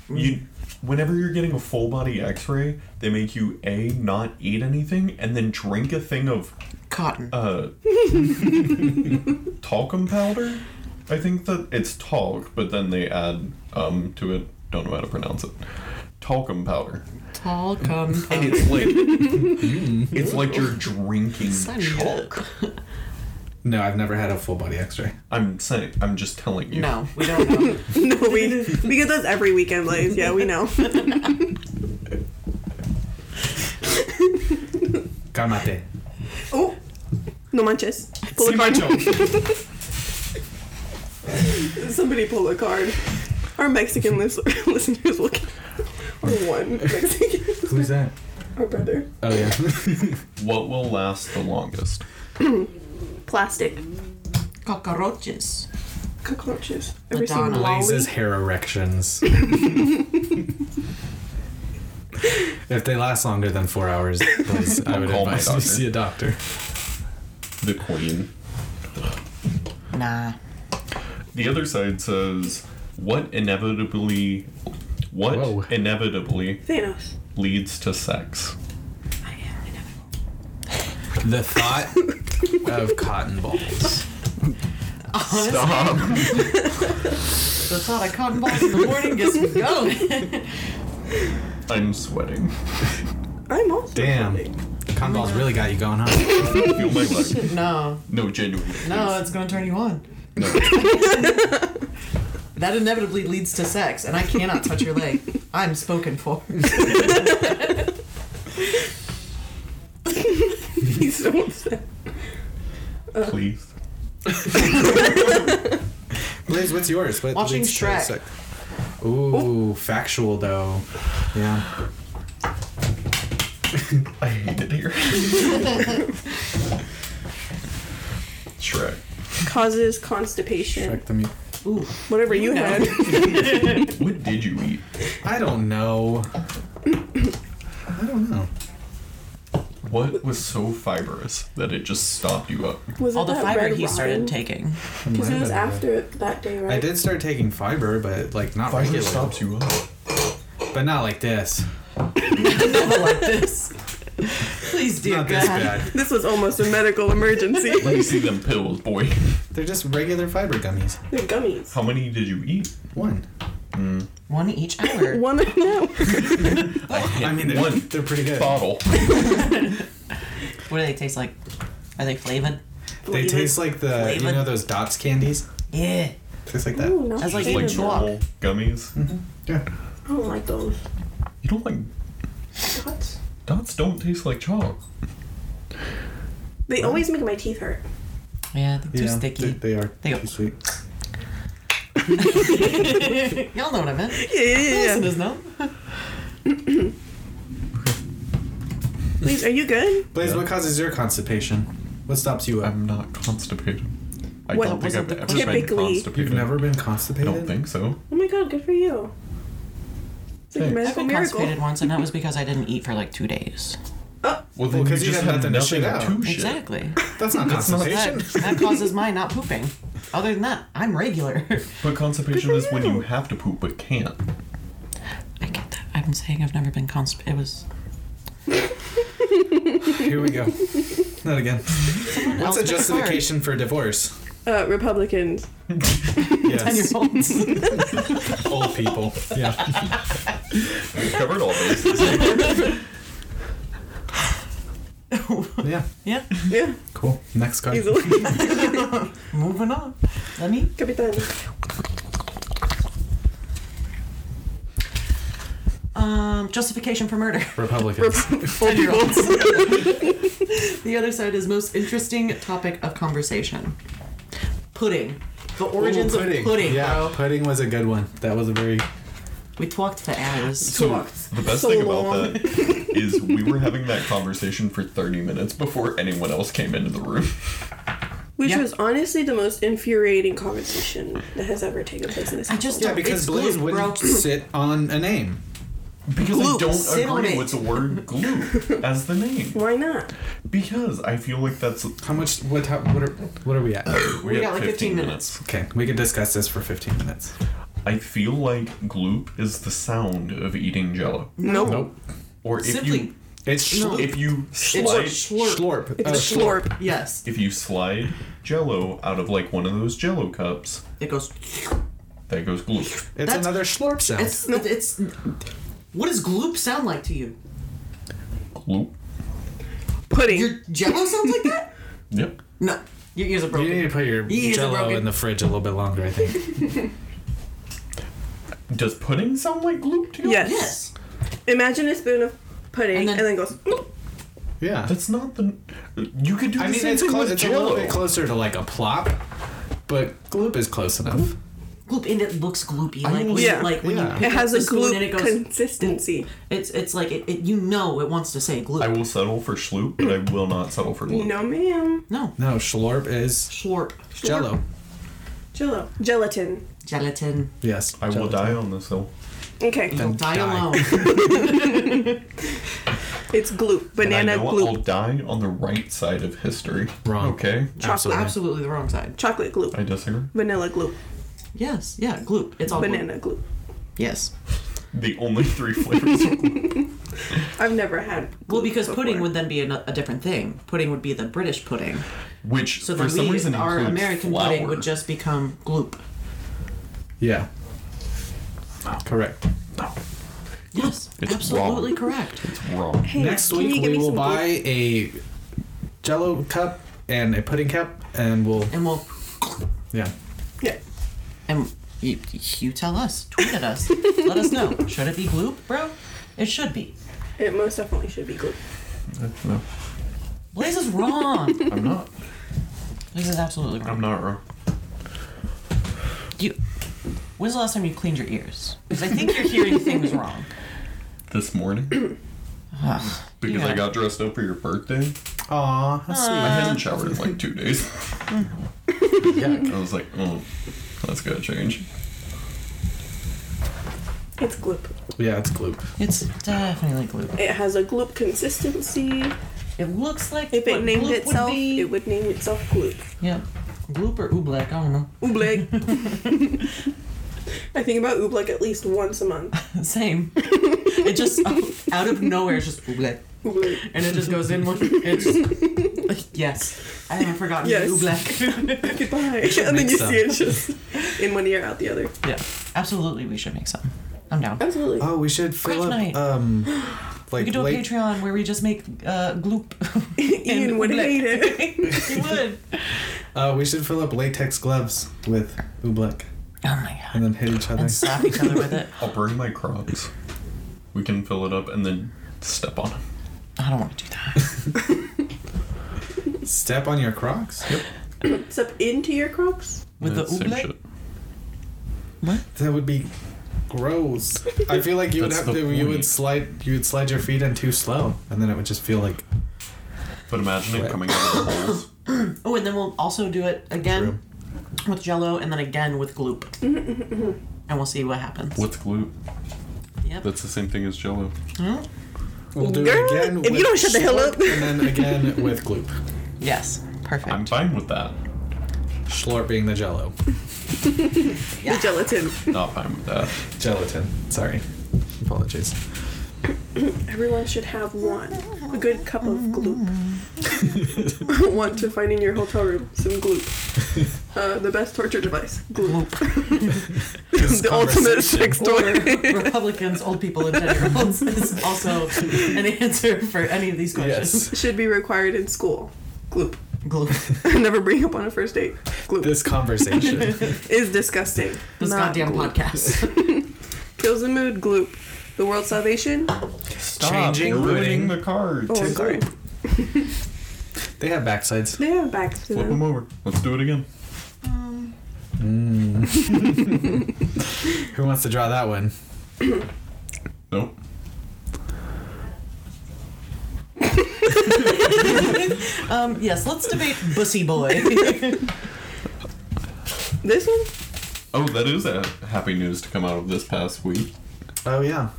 Speaker 6: you whenever you're getting a full body X-ray, they make you a not eat anything and then drink a thing of
Speaker 3: Cotton.
Speaker 6: uh, talcum powder. I think that it's talc, but then they add um to it. Don't know how to pronounce it. Talcum powder.
Speaker 3: Tall cum. cum.
Speaker 6: And it's like it's like you're drinking
Speaker 3: Son of a-
Speaker 6: chalk.
Speaker 5: No, I've never had a full body x ray.
Speaker 6: I'm saying I'm just telling you.
Speaker 3: No, we don't know.
Speaker 4: no, we we get those every weekend, Blaze. Yeah, we know.
Speaker 5: Calmate.
Speaker 4: Oh, no manches. Pull a card.
Speaker 5: Simacho.
Speaker 4: Somebody pull a card. Our Mexican lis- listeners will get one Mexican.
Speaker 5: Who's that?
Speaker 4: Our brother.
Speaker 5: Oh, yeah.
Speaker 6: What will last the longest?
Speaker 4: Plastic
Speaker 3: Cockroaches.
Speaker 4: cockroaches. Every
Speaker 3: Madonna.
Speaker 4: single lolly.
Speaker 5: Blaze's hair erections. if they last longer than four hours, Blaze, I would
Speaker 6: Call my
Speaker 5: advise you to
Speaker 6: doctor.
Speaker 5: see a doctor.
Speaker 6: The queen.
Speaker 3: Nah.
Speaker 6: The other side says, "What inevitably, what
Speaker 5: Whoa.
Speaker 6: inevitably
Speaker 4: Thanos.
Speaker 6: leads to sex?"
Speaker 4: I am inevitable.
Speaker 5: The thought of cotton balls.
Speaker 3: Honestly,
Speaker 5: Uh-huh.
Speaker 6: Stop.
Speaker 3: the thought of cotton balls in the morning gets me going.
Speaker 6: I'm sweating.
Speaker 4: I'm also.
Speaker 5: Damn. Cotton balls really got you going, huh?
Speaker 6: Feel my leg.
Speaker 3: no,
Speaker 6: No, genuinely.
Speaker 3: no, it's gonna turn you on.
Speaker 6: No.
Speaker 3: That inevitably leads to sex, and I cannot touch your leg. I'm spoken for.
Speaker 4: He's so upset.
Speaker 6: Please.
Speaker 5: Blaze, what's yours? What
Speaker 3: Watching
Speaker 5: leads to
Speaker 3: Shrek.
Speaker 5: sex? Ooh, factual though. Yeah.
Speaker 6: I hate it here. Shrek.
Speaker 4: Causes constipation.
Speaker 5: Shrek the meat.
Speaker 3: Ooh,
Speaker 4: Whatever you had.
Speaker 6: What did you eat?
Speaker 5: I don't know. I don't know.
Speaker 6: What was so fibrous that it just stopped you up?
Speaker 4: Was
Speaker 3: all
Speaker 4: it
Speaker 3: the
Speaker 4: that
Speaker 3: fiber
Speaker 4: red
Speaker 3: he started
Speaker 4: robin?
Speaker 3: taking.
Speaker 4: Because it was after that day, right?
Speaker 5: I did start taking fiber, but like not
Speaker 6: Fiber
Speaker 5: regularly.
Speaker 6: stops you up.
Speaker 5: But not like this.
Speaker 3: Never like this. Please, dear
Speaker 5: Not
Speaker 3: God.
Speaker 5: this bad.
Speaker 4: This was almost a medical emergency.
Speaker 6: Let me see them pills, boy.
Speaker 5: They're just regular fiber gummies.
Speaker 4: They're gummies.
Speaker 6: How many did you eat?
Speaker 5: One.
Speaker 3: One each hour.
Speaker 4: One of them.
Speaker 5: I mean, they're,
Speaker 6: One.
Speaker 5: they're pretty good.
Speaker 6: Bottle.
Speaker 3: What do they taste like? Are they flavored?
Speaker 5: They taste like the you
Speaker 3: Flavored.
Speaker 5: know those dots candies.
Speaker 3: Yeah.
Speaker 5: Tastes like that.
Speaker 4: Oh, not
Speaker 3: That's like
Speaker 4: flavor.
Speaker 6: Like
Speaker 3: Even chalk.
Speaker 6: normal gummies.
Speaker 5: Yeah.
Speaker 4: I don't like those.
Speaker 6: You don't like
Speaker 4: Dots.
Speaker 6: dots? Don't taste like chalk.
Speaker 4: They always make my teeth hurt.
Speaker 3: Yeah, they're too
Speaker 5: yeah,
Speaker 3: sticky.
Speaker 5: They, they are.
Speaker 3: They go-
Speaker 5: too sweet.
Speaker 3: Y'all know what I meant.
Speaker 4: Yeah, yeah,
Speaker 3: Listeners know.
Speaker 4: Please, are you good?
Speaker 5: Blaze,
Speaker 6: Yeah.
Speaker 5: what causes your constipation? What stops you up?
Speaker 6: I'm not constipated. I
Speaker 4: What
Speaker 6: don't
Speaker 4: was
Speaker 6: think I've
Speaker 3: it, the
Speaker 6: ever been
Speaker 4: typically-
Speaker 6: constipated.
Speaker 5: You've never been
Speaker 6: I
Speaker 5: constipated?
Speaker 6: don't think so.
Speaker 4: Oh my god, good for you. It's like a
Speaker 6: Thanks.
Speaker 4: medical
Speaker 3: I've been
Speaker 4: miracle.
Speaker 3: constipated once, and that was because I didn't eat for like two days.
Speaker 6: Well,
Speaker 5: Well,
Speaker 6: then
Speaker 5: 'cause
Speaker 6: you
Speaker 5: you
Speaker 6: just
Speaker 5: had nothing
Speaker 6: had
Speaker 5: to shit
Speaker 6: nothing
Speaker 5: out.
Speaker 6: to shit.
Speaker 3: Exactly.
Speaker 5: That's not
Speaker 6: That's not-
Speaker 5: constipation.
Speaker 3: That, that causes my not pooping. Other than that, I'm regular.
Speaker 6: But constipation is when you have to poop but can't.
Speaker 3: I get that. I'm saying I've never been constipated. It was.
Speaker 5: Here we go. Not again.
Speaker 3: else
Speaker 5: What's a
Speaker 3: pick a
Speaker 5: justification for divorce?
Speaker 4: Uh, Republicans.
Speaker 3: Ten year
Speaker 5: Yes.
Speaker 3: olds.
Speaker 5: Old people. Yeah.
Speaker 6: We've covered all bases.
Speaker 5: Yeah.
Speaker 3: yeah.
Speaker 4: Yeah,
Speaker 5: Cool. Next card.
Speaker 4: easily.
Speaker 3: Moving on. Let me.
Speaker 4: Capitan.
Speaker 3: Um, justification for murder.
Speaker 5: Republicans.
Speaker 4: Old people.
Speaker 3: The other side is most interesting topic of conversation. Pudding. The origins
Speaker 5: Ooh, pudding.
Speaker 3: of pudding,
Speaker 5: Yeah,
Speaker 3: bro.
Speaker 5: pudding was a good one. That was a very
Speaker 3: We talked for hours.
Speaker 6: So the best
Speaker 4: So
Speaker 6: thing
Speaker 4: long.
Speaker 6: about that is we were having that conversation for 30 minutes before anyone else came into the room.
Speaker 4: Which
Speaker 3: Yeah.
Speaker 4: was honestly the most infuriating conversation that has ever taken place in this
Speaker 3: I just
Speaker 4: household.
Speaker 5: Yeah, because
Speaker 3: It's
Speaker 5: Blaze
Speaker 3: glue,
Speaker 5: wouldn't
Speaker 3: bro.
Speaker 5: sit on a name.
Speaker 6: Because
Speaker 3: Glue,
Speaker 6: I don't
Speaker 3: sit on
Speaker 6: agree
Speaker 3: it.
Speaker 6: with the word glue as the name.
Speaker 4: Why not?
Speaker 6: Because I feel like that's.
Speaker 5: How much? What? How, what are? What are we at?
Speaker 3: We got like 15 minutes.
Speaker 5: okay, we could discuss this for 15 minutes.
Speaker 6: I feel like gloop is the sound of eating jello.
Speaker 4: No.
Speaker 5: Nope.
Speaker 6: Or if
Speaker 3: Simply,
Speaker 6: you
Speaker 5: It's
Speaker 3: No.
Speaker 5: schlorp.
Speaker 6: if you slide
Speaker 5: Schlorp.
Speaker 4: It's
Speaker 5: Uh,
Speaker 4: a slurp.
Speaker 3: yes.
Speaker 6: if you slide jello out of like one of those jello cups,
Speaker 3: It goes.
Speaker 6: that goes gloop.
Speaker 5: It's
Speaker 3: That's-
Speaker 5: another schlorp sound.
Speaker 3: It's it's. What does gloop sound like to you?
Speaker 6: Gloop.
Speaker 4: Pudding.
Speaker 3: Your Jello sounds like that?
Speaker 6: Yep.
Speaker 3: No, your ears are
Speaker 5: you
Speaker 3: broken.
Speaker 5: need to put your
Speaker 3: He is a
Speaker 5: Jello
Speaker 3: broken-
Speaker 5: in the fridge a little bit longer, I think.
Speaker 6: Does pudding sound like gloop to you?
Speaker 4: yes.
Speaker 3: Yes.
Speaker 4: Imagine a spoon of pudding and
Speaker 3: And
Speaker 4: then,
Speaker 3: then-
Speaker 4: goes. "Mm."
Speaker 5: Yeah.
Speaker 6: That's not the. You could do the
Speaker 5: I mean,
Speaker 6: same
Speaker 5: it's,
Speaker 6: thing
Speaker 5: clo-
Speaker 6: with
Speaker 5: it's a
Speaker 6: jello.
Speaker 5: little bit closer to like a plop, but gloop is close enough.
Speaker 3: Gloop, and it looks gloopy. Like when,
Speaker 4: Yeah.
Speaker 3: like when
Speaker 5: Yeah.
Speaker 3: you
Speaker 4: It
Speaker 3: pick
Speaker 4: has
Speaker 3: up
Speaker 4: a
Speaker 3: the spoon and it
Speaker 4: glue
Speaker 3: goes. mm.
Speaker 4: consistency.
Speaker 3: it's it's like it, it. You know it wants to say gloop.
Speaker 6: I will settle for schloop, but I will not settle for gloop.
Speaker 4: No, ma'am.
Speaker 3: no.
Speaker 5: No, schlorp is
Speaker 3: Slurp.
Speaker 5: Jello.
Speaker 4: Jello. Gelatin.
Speaker 3: Gelatin.
Speaker 5: Yes,
Speaker 6: I will die on this hill.
Speaker 4: Okay.
Speaker 5: Then
Speaker 3: You'll die,
Speaker 5: die.
Speaker 3: alone.
Speaker 4: It's glue.
Speaker 6: And I
Speaker 4: Banana
Speaker 6: know I'll
Speaker 4: glue.
Speaker 6: die on the right side of history.
Speaker 5: Wrong.
Speaker 6: Okay.
Speaker 5: Absolutely.
Speaker 3: Absolutely the wrong side.
Speaker 4: Chocolate glue.
Speaker 6: I disagree.
Speaker 4: Vanilla glue.
Speaker 3: Yes. Yeah. Gloop. It's all gloop.
Speaker 4: Banana glue.
Speaker 3: Yes.
Speaker 6: The only three flavors. of gloop.
Speaker 4: I've never had.
Speaker 3: Well,
Speaker 4: glue
Speaker 3: because
Speaker 4: before.
Speaker 3: pudding would then be a, a different thing. Pudding would be the British pudding.
Speaker 6: Which,
Speaker 3: So
Speaker 6: for
Speaker 3: then
Speaker 6: some
Speaker 3: we,
Speaker 6: reason,
Speaker 3: our
Speaker 6: includes
Speaker 3: American
Speaker 6: flour.
Speaker 3: pudding would just become gloop.
Speaker 5: Yeah. Correct.
Speaker 6: No,
Speaker 3: Yes.
Speaker 6: It's
Speaker 3: absolutely
Speaker 6: wrong.
Speaker 3: correct.
Speaker 6: it's wrong.
Speaker 4: Hey,
Speaker 5: Next
Speaker 4: can you
Speaker 5: week
Speaker 4: give
Speaker 5: we
Speaker 4: me
Speaker 5: will
Speaker 4: some glue?
Speaker 5: buy a Jello cup and a pudding cup, and we'll
Speaker 3: And we'll
Speaker 5: yeah.
Speaker 4: Yeah.
Speaker 3: And you, you tell us, tweet at us, let us know. Should it be gloop, bro? It should be.
Speaker 4: It most definitely should be glue.
Speaker 6: No,
Speaker 3: Blaze is wrong.
Speaker 6: I'm not.
Speaker 3: Blaze is absolutely wrong.
Speaker 6: I'm not wrong.
Speaker 3: You. When's the last time you cleaned your ears? Because I think you're hearing things wrong.
Speaker 6: This morning,
Speaker 3: Ugh,
Speaker 6: because
Speaker 3: yeah. Uh-huh.
Speaker 6: I got dressed up for your birthday,
Speaker 5: Aw, that's
Speaker 6: I hadn't showered in like two days.
Speaker 5: sweet. Yuck.
Speaker 6: I was like, oh, that's gotta change.
Speaker 4: It's glue.
Speaker 5: Yeah, it's gloop.
Speaker 3: It's definitely gloop.
Speaker 4: It has a glue consistency.
Speaker 3: It looks like
Speaker 4: If
Speaker 3: what
Speaker 4: it named
Speaker 3: gloop
Speaker 4: itself,
Speaker 3: would be.
Speaker 4: it would name itself glue.
Speaker 3: Yeah. Gloop or oobleck, I don't know.
Speaker 4: Oobleck. I think about oobleck at least once a month.
Speaker 3: Same. it just uh, out of nowhere, it's just oobleck.
Speaker 4: Oobleck.
Speaker 3: And it just goes in one. It's just, yes. I haven't forgotten
Speaker 4: Yes.
Speaker 3: the oobleck.
Speaker 4: Goodbye. And then
Speaker 5: make
Speaker 4: you
Speaker 5: some.
Speaker 4: see it just in one ear, out the other.
Speaker 3: Yeah, absolutely. We should make some. I'm down.
Speaker 4: Absolutely.
Speaker 5: Oh, we should fill
Speaker 3: Craft night.
Speaker 5: up um
Speaker 3: We
Speaker 5: like
Speaker 3: could do a
Speaker 5: late.
Speaker 3: Patreon where we just make uh, gloop.
Speaker 4: Ian would hate it.
Speaker 3: He would.
Speaker 5: Uh, we should fill up latex gloves with oobleck
Speaker 3: Oh my god.
Speaker 5: and then hit each other.
Speaker 3: And slap each other with it.
Speaker 6: I'll bring my crocs. We can fill it up and then step on them.
Speaker 3: I don't want to do that.
Speaker 5: Step on your Crocs. Yep.
Speaker 4: Step into your crocs.
Speaker 3: With the oobleck? What?
Speaker 5: That would be gross. I feel like you would
Speaker 6: That's
Speaker 5: have to.
Speaker 6: the
Speaker 5: You would
Speaker 6: point.
Speaker 5: slide. You would slide your feet in too slow, and then it would just feel like
Speaker 6: But imagine it coming out of the holes.
Speaker 3: Oh, and then we'll also do it again with Jello, and then again with gloop. and we'll see what happens.
Speaker 6: What's glue?
Speaker 3: Yep.
Speaker 6: That's the same thing as jello.
Speaker 3: Hmm?
Speaker 5: We'll do
Speaker 4: Girl,
Speaker 5: it again.
Speaker 4: if you
Speaker 5: with
Speaker 4: don't shut the hell up.
Speaker 5: schlorp, and then again with gloop.
Speaker 3: Yes. Perfect.
Speaker 6: I'm fine with that.
Speaker 5: Schlorp being the jello.
Speaker 4: The gelatin.
Speaker 6: Not fine with that.
Speaker 5: Gelatin. Sorry. Apologies.
Speaker 4: Everyone should have one. A good cup of gloop. one to find in your hotel room. Some gloop. Uh, the best torture device. Gloop. the ultimate sex toy.
Speaker 3: Republicans, old people, and 10 year olds is also an answer for any of these questions.
Speaker 5: Yes.
Speaker 4: should be required in school. Gloop.
Speaker 3: Gloop.
Speaker 4: Never bring up on a first date. Gloop.
Speaker 5: This conversation.
Speaker 4: is disgusting.
Speaker 3: This
Speaker 4: Not
Speaker 3: goddamn
Speaker 4: gloop.
Speaker 3: podcast.
Speaker 4: Kills the mood. Gloop. The world's salvation.
Speaker 6: Stop
Speaker 5: Changing
Speaker 6: you're ruining
Speaker 5: pudding.
Speaker 6: the cards.
Speaker 4: Oh, I'm sorry.
Speaker 5: they have backsides.
Speaker 4: They have backs to
Speaker 6: Flip them
Speaker 4: them.
Speaker 6: over. Let's do it again.
Speaker 5: Who wants to draw that one?
Speaker 6: Nope.
Speaker 3: Um, yes, let's debate Bussy Boy.
Speaker 4: This one?
Speaker 6: Oh, that is a happy news to come out of this past week.
Speaker 5: Oh yeah.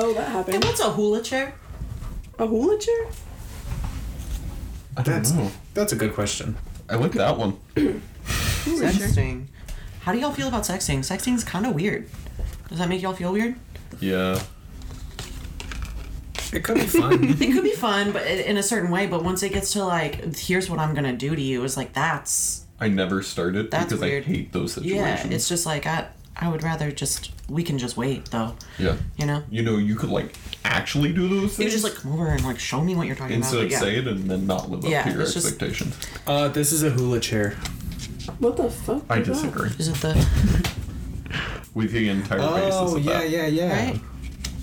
Speaker 4: Oh, that happened.
Speaker 3: What's a hula chair?
Speaker 4: A hula chair?
Speaker 6: I don't
Speaker 5: That's
Speaker 6: know.
Speaker 5: that's a good question.
Speaker 6: I like that one.
Speaker 4: Hula chair.
Speaker 3: Sexting. How do y'all feel about sexting? Sexting's kind of weird. Does that make y'all feel weird?
Speaker 6: Yeah.
Speaker 5: It could be fun.
Speaker 3: It could be fun, but in a certain way. But once it gets to like, here's what I'm gonna do to you, is like that's
Speaker 6: I never started
Speaker 3: That's
Speaker 6: because
Speaker 3: weird.
Speaker 6: I hate those
Speaker 3: yeah.
Speaker 6: situations.
Speaker 3: It's just like I I would rather just we can just wait though,
Speaker 6: yeah.
Speaker 3: you know.
Speaker 6: You know, you could like actually do those things.
Speaker 3: You just like come over and like show me what you're talking about.
Speaker 6: instead of
Speaker 3: but
Speaker 6: say it and then not live up
Speaker 3: Yeah,
Speaker 6: to your
Speaker 3: it's just-
Speaker 6: expectations.
Speaker 5: uh, this is a hula chair.
Speaker 4: What the fuck?
Speaker 6: I
Speaker 4: is that?
Speaker 6: disagree
Speaker 3: Is it the
Speaker 6: with the entire basis
Speaker 5: Oh
Speaker 6: of
Speaker 5: yeah,
Speaker 6: that.
Speaker 5: yeah, yeah.
Speaker 3: right?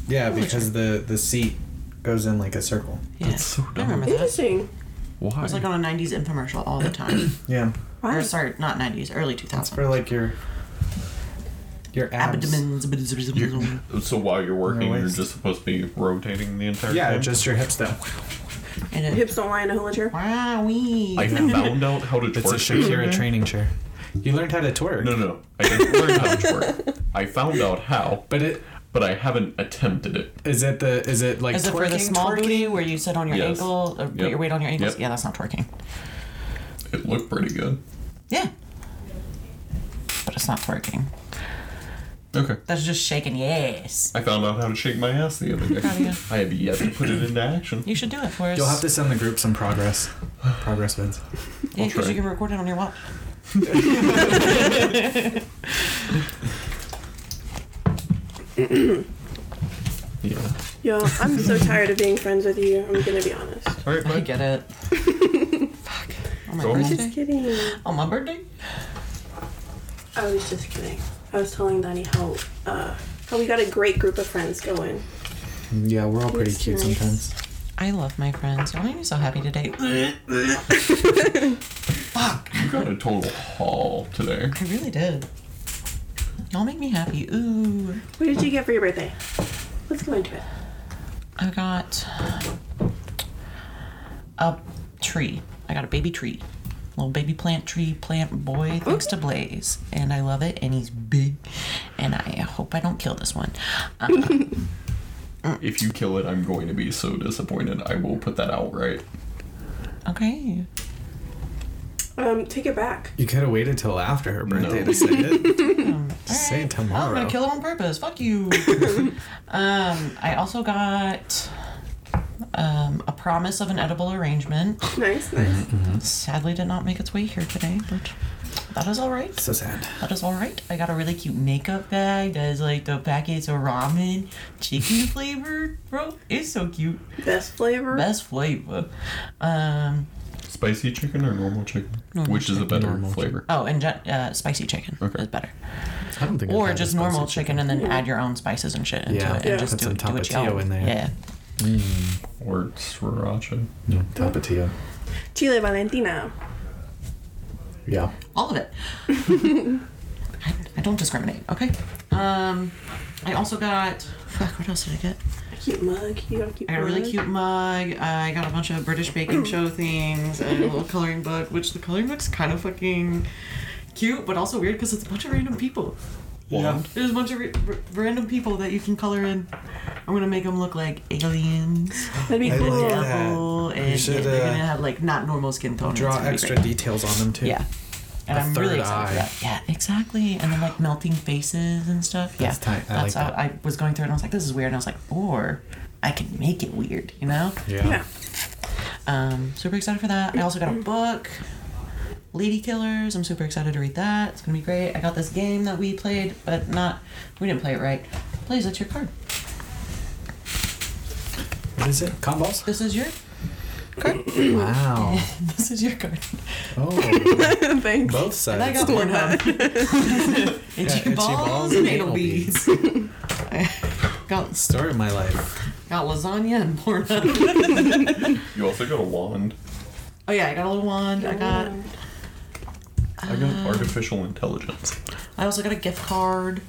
Speaker 5: Yeah, because the the seat goes in like a circle.
Speaker 3: Yeah.
Speaker 6: That's so
Speaker 3: I
Speaker 6: dumb.
Speaker 3: remember that. It
Speaker 4: Interesting.
Speaker 6: Why?
Speaker 3: was like on a '90s infomercial all the time.
Speaker 5: Yeah,
Speaker 4: Wow.
Speaker 3: or sorry, not '90s, early 2000s.
Speaker 5: for like your your abs.
Speaker 3: Abdomens.
Speaker 6: You're- so while you're working,
Speaker 5: Your
Speaker 6: you're
Speaker 5: waist.
Speaker 6: just supposed to be rotating the entire
Speaker 5: Yeah,
Speaker 6: time.
Speaker 5: just your hips though.
Speaker 3: And it,
Speaker 4: Hips don't lie in a hula chair.
Speaker 3: Wowee.
Speaker 6: I found out how to
Speaker 5: It's
Speaker 6: twerk.
Speaker 5: a Shakira training chair. You learned how to twerk.
Speaker 6: No, no, I didn't learn how to twerk. I found out how,
Speaker 5: But
Speaker 6: but
Speaker 5: it
Speaker 6: but I haven't attempted it.
Speaker 5: is it the is it like
Speaker 3: Is it
Speaker 5: twerking?
Speaker 3: for the small
Speaker 5: twerking?
Speaker 3: booty where you sit on your
Speaker 6: Yes.
Speaker 3: ankle, or put
Speaker 6: Yep.
Speaker 3: your weight on your ankles?
Speaker 6: Yep.
Speaker 3: Yeah, that's not twerking.
Speaker 6: It looked pretty good.
Speaker 3: Yeah. But it's not twerking.
Speaker 6: Okay.
Speaker 3: That's just shaking your ass.
Speaker 6: I found out how to shake my ass the other day.
Speaker 3: ya.
Speaker 6: I have yet to put it into action.
Speaker 3: You should do it for us.
Speaker 5: You'll have to send the group some progress progress
Speaker 3: Yeah,
Speaker 5: vids.
Speaker 6: I'll
Speaker 3: because
Speaker 6: try.
Speaker 3: you can record it on your watch.
Speaker 6: Yeah.
Speaker 4: Yo, I'm so tired of being friends with you. I'm gonna be honest.
Speaker 6: All right,
Speaker 3: I
Speaker 6: bye.
Speaker 3: get it. Fuck. On my
Speaker 6: Go home.
Speaker 4: Just
Speaker 3: birthday?
Speaker 4: kidding.
Speaker 3: On my birthday?
Speaker 4: I was just kidding. I was telling Danny how uh, how we got a great group of friends going.
Speaker 5: Yeah, we're all pretty
Speaker 4: That's
Speaker 5: cute
Speaker 4: nice.
Speaker 5: sometimes.
Speaker 3: I love my friends. Y'all made me so happy today. Fuck.
Speaker 6: You got a total haul today.
Speaker 3: I really did. Y'all make me happy. Ooh.
Speaker 4: What did you get for your birthday? Let's go into it.
Speaker 3: I got a tree. I got a baby tree. Little baby plant tree, plant boy, thanks to Blaze. And I love it, and he's big. And I hope I don't kill this one. Uh,
Speaker 6: If you kill it, I'm going to be so disappointed. I will put that out right.
Speaker 3: okay.
Speaker 4: Um, take it back.
Speaker 5: You could have waited till after her birthday
Speaker 6: No.
Speaker 5: to say it. say
Speaker 3: Alright.
Speaker 5: tomorrow.
Speaker 3: I'm gonna kill it on purpose. Fuck you. um, I also got um, a promise of an edible arrangement.
Speaker 4: Nice, nice.
Speaker 3: Sadly, did not make its way here today, but that is all right.
Speaker 5: so sad.
Speaker 3: That is all right. I got a really cute makeup bag that is like the packets of ramen, chicken flavored, bro. It's so cute.
Speaker 4: Best flavor.
Speaker 3: Best flavor. Um.
Speaker 6: Spicy chicken or normal chicken? Which is a better flavor?
Speaker 3: Oh, and gen- uh, spicy chicken is better.
Speaker 5: I don't think. I've
Speaker 3: Or
Speaker 5: had
Speaker 3: just
Speaker 5: this
Speaker 3: normal
Speaker 5: spicy
Speaker 3: chicken, and then add your own spices and shit into
Speaker 5: Yeah.
Speaker 3: it, and
Speaker 5: Yeah.
Speaker 3: just
Speaker 5: Put
Speaker 3: do
Speaker 5: some
Speaker 3: it. Do what you
Speaker 5: Tapatio
Speaker 3: want.
Speaker 5: in there.
Speaker 3: Yeah.
Speaker 6: Or sriracha?
Speaker 5: chicken. Mm, Tapatio.
Speaker 4: Chile Valentina.
Speaker 5: Yeah.
Speaker 3: all of it. I, I don't discriminate. Okay. Um, I also got. Fuck. What else did I get?
Speaker 4: A cute mug. You got a cute
Speaker 3: I got a
Speaker 4: mug.
Speaker 3: really cute mug. I got a bunch of British baking show things and a little coloring book, which the coloring book's kind of fucking cute, but also weird because it's a bunch of random people.
Speaker 5: Yeah.
Speaker 3: There's a bunch of ra- ra- random people that you can color in. I'm gonna make them look like aliens,
Speaker 4: That'd be
Speaker 5: I
Speaker 4: cool.
Speaker 5: love that.
Speaker 3: devil,
Speaker 5: You
Speaker 3: and
Speaker 5: should,
Speaker 3: they're
Speaker 5: uh,
Speaker 3: gonna have like not normal skin tone.
Speaker 5: Draw extra details on them too.
Speaker 3: Yeah. And
Speaker 5: A
Speaker 3: I'm really
Speaker 5: third
Speaker 3: excited for
Speaker 5: eye.
Speaker 3: that. Yeah, exactly. And then like melting faces and stuff.
Speaker 5: That's
Speaker 3: yeah.
Speaker 5: tight. I
Speaker 3: that's
Speaker 5: like
Speaker 3: how
Speaker 5: that.
Speaker 3: I was going through it and I was like, this is weird. And I was like, or I can make it weird, you know?
Speaker 5: Yeah.
Speaker 4: Yeah.
Speaker 3: Um, super excited for that. I also got a book, Lady Killers. I'm super excited to read that. It's gonna be great. I got this game that we played, but not we didn't play it right. Please, that's your card.
Speaker 5: What is it? Combos.
Speaker 3: This is your card.
Speaker 5: Wow.
Speaker 3: this is your card.
Speaker 5: Oh,
Speaker 4: Thanks.
Speaker 5: both
Speaker 3: And I
Speaker 5: sides.
Speaker 3: got one itchy,
Speaker 5: itchy
Speaker 3: balls,
Speaker 5: balls
Speaker 3: and
Speaker 5: and
Speaker 3: anal
Speaker 5: anal
Speaker 3: beads. got
Speaker 5: Story of my life.
Speaker 3: got lasagna and porn.
Speaker 6: You also got a wand.
Speaker 3: oh yeah, I got a little wand. I got.
Speaker 6: I got artificial intelligence
Speaker 3: I also got a gift card.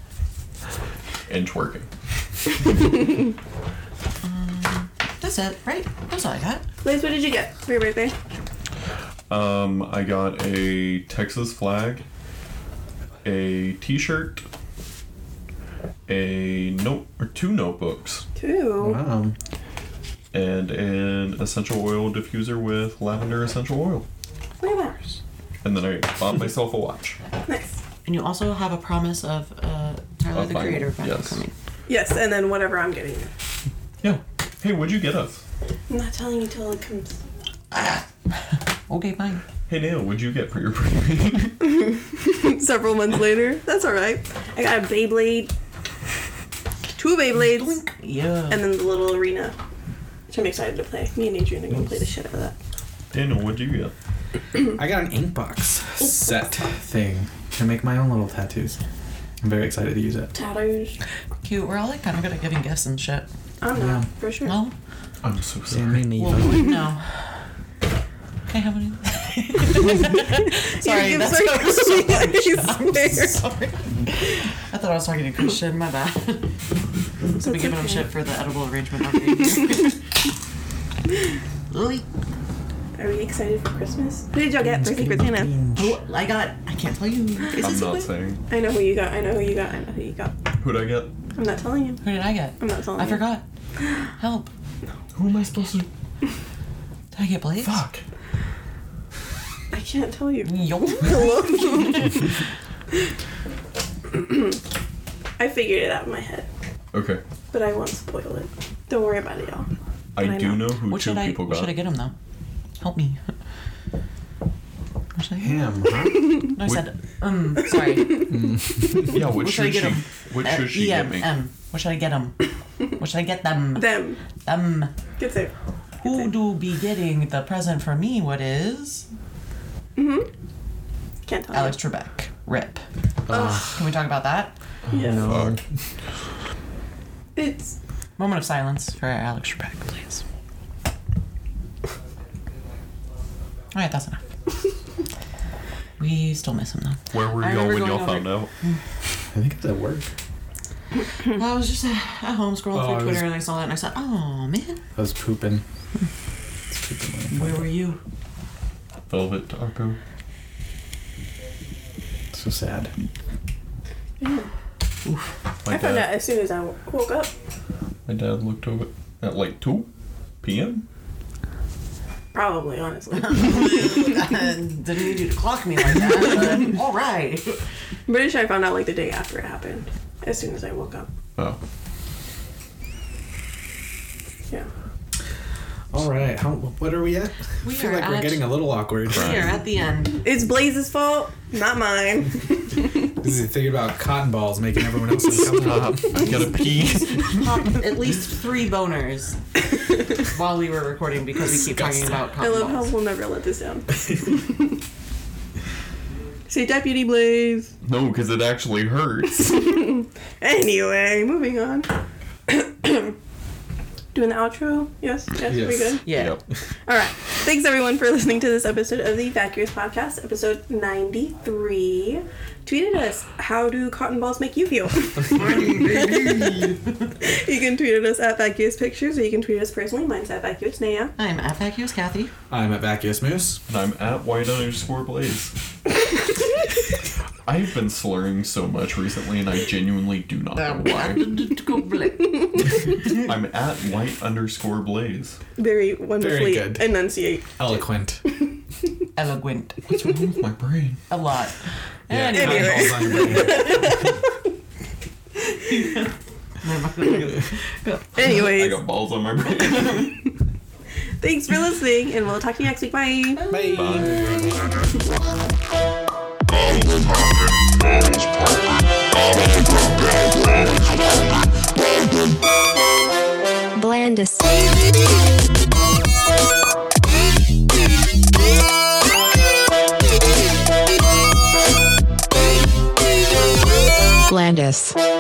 Speaker 6: and twerking.
Speaker 3: That's That's it, right? That's all I got.
Speaker 4: Liz, what did you get for your birthday?
Speaker 6: Um, I got a Texas flag, a T-shirt, a note or two notebooks,
Speaker 4: Two.
Speaker 5: Wow.
Speaker 6: and an essential oil diffuser with lavender essential oil.
Speaker 4: Three hours.
Speaker 6: And then I bought myself a watch.
Speaker 4: Nice.
Speaker 3: And you also have a promise of uh, Tyler
Speaker 6: A
Speaker 3: the
Speaker 6: vinyl,
Speaker 3: Creator vinyl
Speaker 6: yes.
Speaker 3: coming.
Speaker 4: Yes, and then whatever I'm getting. you.
Speaker 6: Yeah. Hey, what'd you get us?
Speaker 4: I'm not telling you till it comes.
Speaker 3: Okay, fine.
Speaker 6: Hey Neil, what'd you get for your birthday?
Speaker 4: Several months later. That's all right. I got a Beyblade. Two Beyblades.
Speaker 3: Yeah.
Speaker 4: And then the little arena, which I'm excited to play. Me and Adrian are going to play the shit out of that.
Speaker 6: Daniel, what'd you get?
Speaker 5: I got an ink box set thing to make my own little tattoos. I'm very excited to use it.
Speaker 4: Tattoos.
Speaker 3: Cute. We're all like kind of good at giving gifts and shit.
Speaker 4: I'm
Speaker 5: Yeah.
Speaker 4: not, for sure.
Speaker 3: Well,
Speaker 6: I'm so
Speaker 5: Yeah, me
Speaker 3: well
Speaker 5: neither.
Speaker 3: no. Can I have any? Sorry,
Speaker 4: You give
Speaker 3: that's
Speaker 4: so-
Speaker 3: what I was so
Speaker 4: you swear.
Speaker 3: Sorry. I thought I was talking to Christian. My bad. so we
Speaker 4: That's
Speaker 3: giving him
Speaker 4: okay.
Speaker 3: shit for the edible arrangement. not being here. Lily.
Speaker 4: Are we excited for Christmas? Who did y'all get for Secret Santa?
Speaker 3: Oh, I got. I can't tell you. Is
Speaker 6: I'm
Speaker 3: this
Speaker 6: not
Speaker 3: what-
Speaker 6: saying.
Speaker 4: I know who you got. I know who you got. I know who you got.
Speaker 6: Who'd I get?
Speaker 4: I'm not telling you.
Speaker 3: Who did I get?
Speaker 4: I'm not telling
Speaker 3: I
Speaker 4: you.
Speaker 3: forgot. Help.
Speaker 6: Who am I supposed to?
Speaker 3: Did I get Blaze?
Speaker 6: Fuck.
Speaker 4: I can't tell you.
Speaker 3: Yo.
Speaker 4: I figured it out in my head,
Speaker 6: Okay.
Speaker 4: but I won't spoil it. Don't worry about it, y'all.
Speaker 6: I,
Speaker 4: I
Speaker 6: do
Speaker 4: know.
Speaker 6: know who
Speaker 3: What
Speaker 6: two
Speaker 3: should I?
Speaker 6: people
Speaker 3: What should I
Speaker 6: got.
Speaker 3: get him though? Help me. What should I get?
Speaker 5: Him, huh?
Speaker 3: No, I said. Um. Sorry.
Speaker 6: Yeah, what
Speaker 3: should I
Speaker 6: should
Speaker 3: get
Speaker 6: she?
Speaker 3: him?
Speaker 6: What
Speaker 3: Uh,
Speaker 6: should she
Speaker 3: EM,
Speaker 6: get me?
Speaker 3: M. What should I get him? What should I get them?
Speaker 4: Them.
Speaker 3: Them.
Speaker 4: Get there.
Speaker 3: Who do be getting the present for me? What is
Speaker 4: Can't tell
Speaker 3: Alex uh, Trebek? Rip.
Speaker 5: Ugh.
Speaker 3: Can we talk about that?
Speaker 4: you. Yeah.
Speaker 5: No.
Speaker 4: It's.
Speaker 3: Moment of silence for Alex Trebek, please. All right, that's enough. we still miss him though.
Speaker 6: Where were
Speaker 3: I
Speaker 6: y'all when
Speaker 3: remember
Speaker 6: y'all
Speaker 3: going
Speaker 6: found out?
Speaker 5: I think it's at work.
Speaker 3: I was just uh, at home scrolling
Speaker 5: Oh, I
Speaker 3: through Twitter and
Speaker 5: was-
Speaker 3: I saw that and I said, "Oh man,
Speaker 5: I was pooping. It's pooping when I-
Speaker 3: where were you?"
Speaker 6: Velvet Taco.
Speaker 5: So sad.
Speaker 6: My
Speaker 4: I found
Speaker 6: dad.
Speaker 4: out as soon as I w- woke up.
Speaker 6: My dad looked over at like two p.m.
Speaker 4: Probably, honestly.
Speaker 3: Didn't need you to clock me like that. but all right.
Speaker 4: British, I found out like the day after it happened. As soon as I woke up.
Speaker 6: Oh,
Speaker 4: Yeah.
Speaker 5: All right. How, what are we at?
Speaker 3: We
Speaker 5: I feel
Speaker 3: are
Speaker 5: like we're
Speaker 3: at-
Speaker 5: getting a little awkward.
Speaker 3: We are at the end.
Speaker 4: It's Blaze's fault, not mine.
Speaker 5: This is thinking about cotton balls making everyone else uncomfortable.
Speaker 6: I gotta pee.
Speaker 3: Popped at least three boners while we were recording because we keep talking about
Speaker 4: I love
Speaker 3: cotton
Speaker 4: how
Speaker 3: balls.
Speaker 4: we'll never let this down. Say Deputy Blaze.
Speaker 6: no, because it actually hurts.
Speaker 4: Anyway, moving on. Doing the outro? Yes? Yes, we
Speaker 5: Yes.
Speaker 4: good?
Speaker 3: Yeah.
Speaker 6: Yep.
Speaker 4: Alright. Thanks everyone for listening to this episode of the Vacuous Podcast, episode 93. Tweeted us, how do cotton balls make you feel? you can tweet at us at Vacuous Pictures, or you can tweet us personally. Mine's at Vacuous Naya.
Speaker 3: I'm at Vacuous Kathy.
Speaker 5: I'm at Vacuous Moose.
Speaker 6: And I'm at white underscore blaze. I've been slurring so much recently, and I genuinely do not know why.
Speaker 3: Thank
Speaker 6: I'm at white underscore blaze.
Speaker 4: Very wonderfully
Speaker 5: good.
Speaker 4: enunciate.
Speaker 5: Eloquent.
Speaker 3: Eloquent.
Speaker 6: What's wrong with my brain?
Speaker 3: A lot.
Speaker 5: Yeah,
Speaker 3: Anyway.
Speaker 5: cotton balls on your brain.
Speaker 6: I
Speaker 4: Anyways,
Speaker 6: got balls on my brain.
Speaker 4: thanks for listening, and we'll talk to you next week. Bye.
Speaker 5: Bye.
Speaker 1: Blandis. Blandis.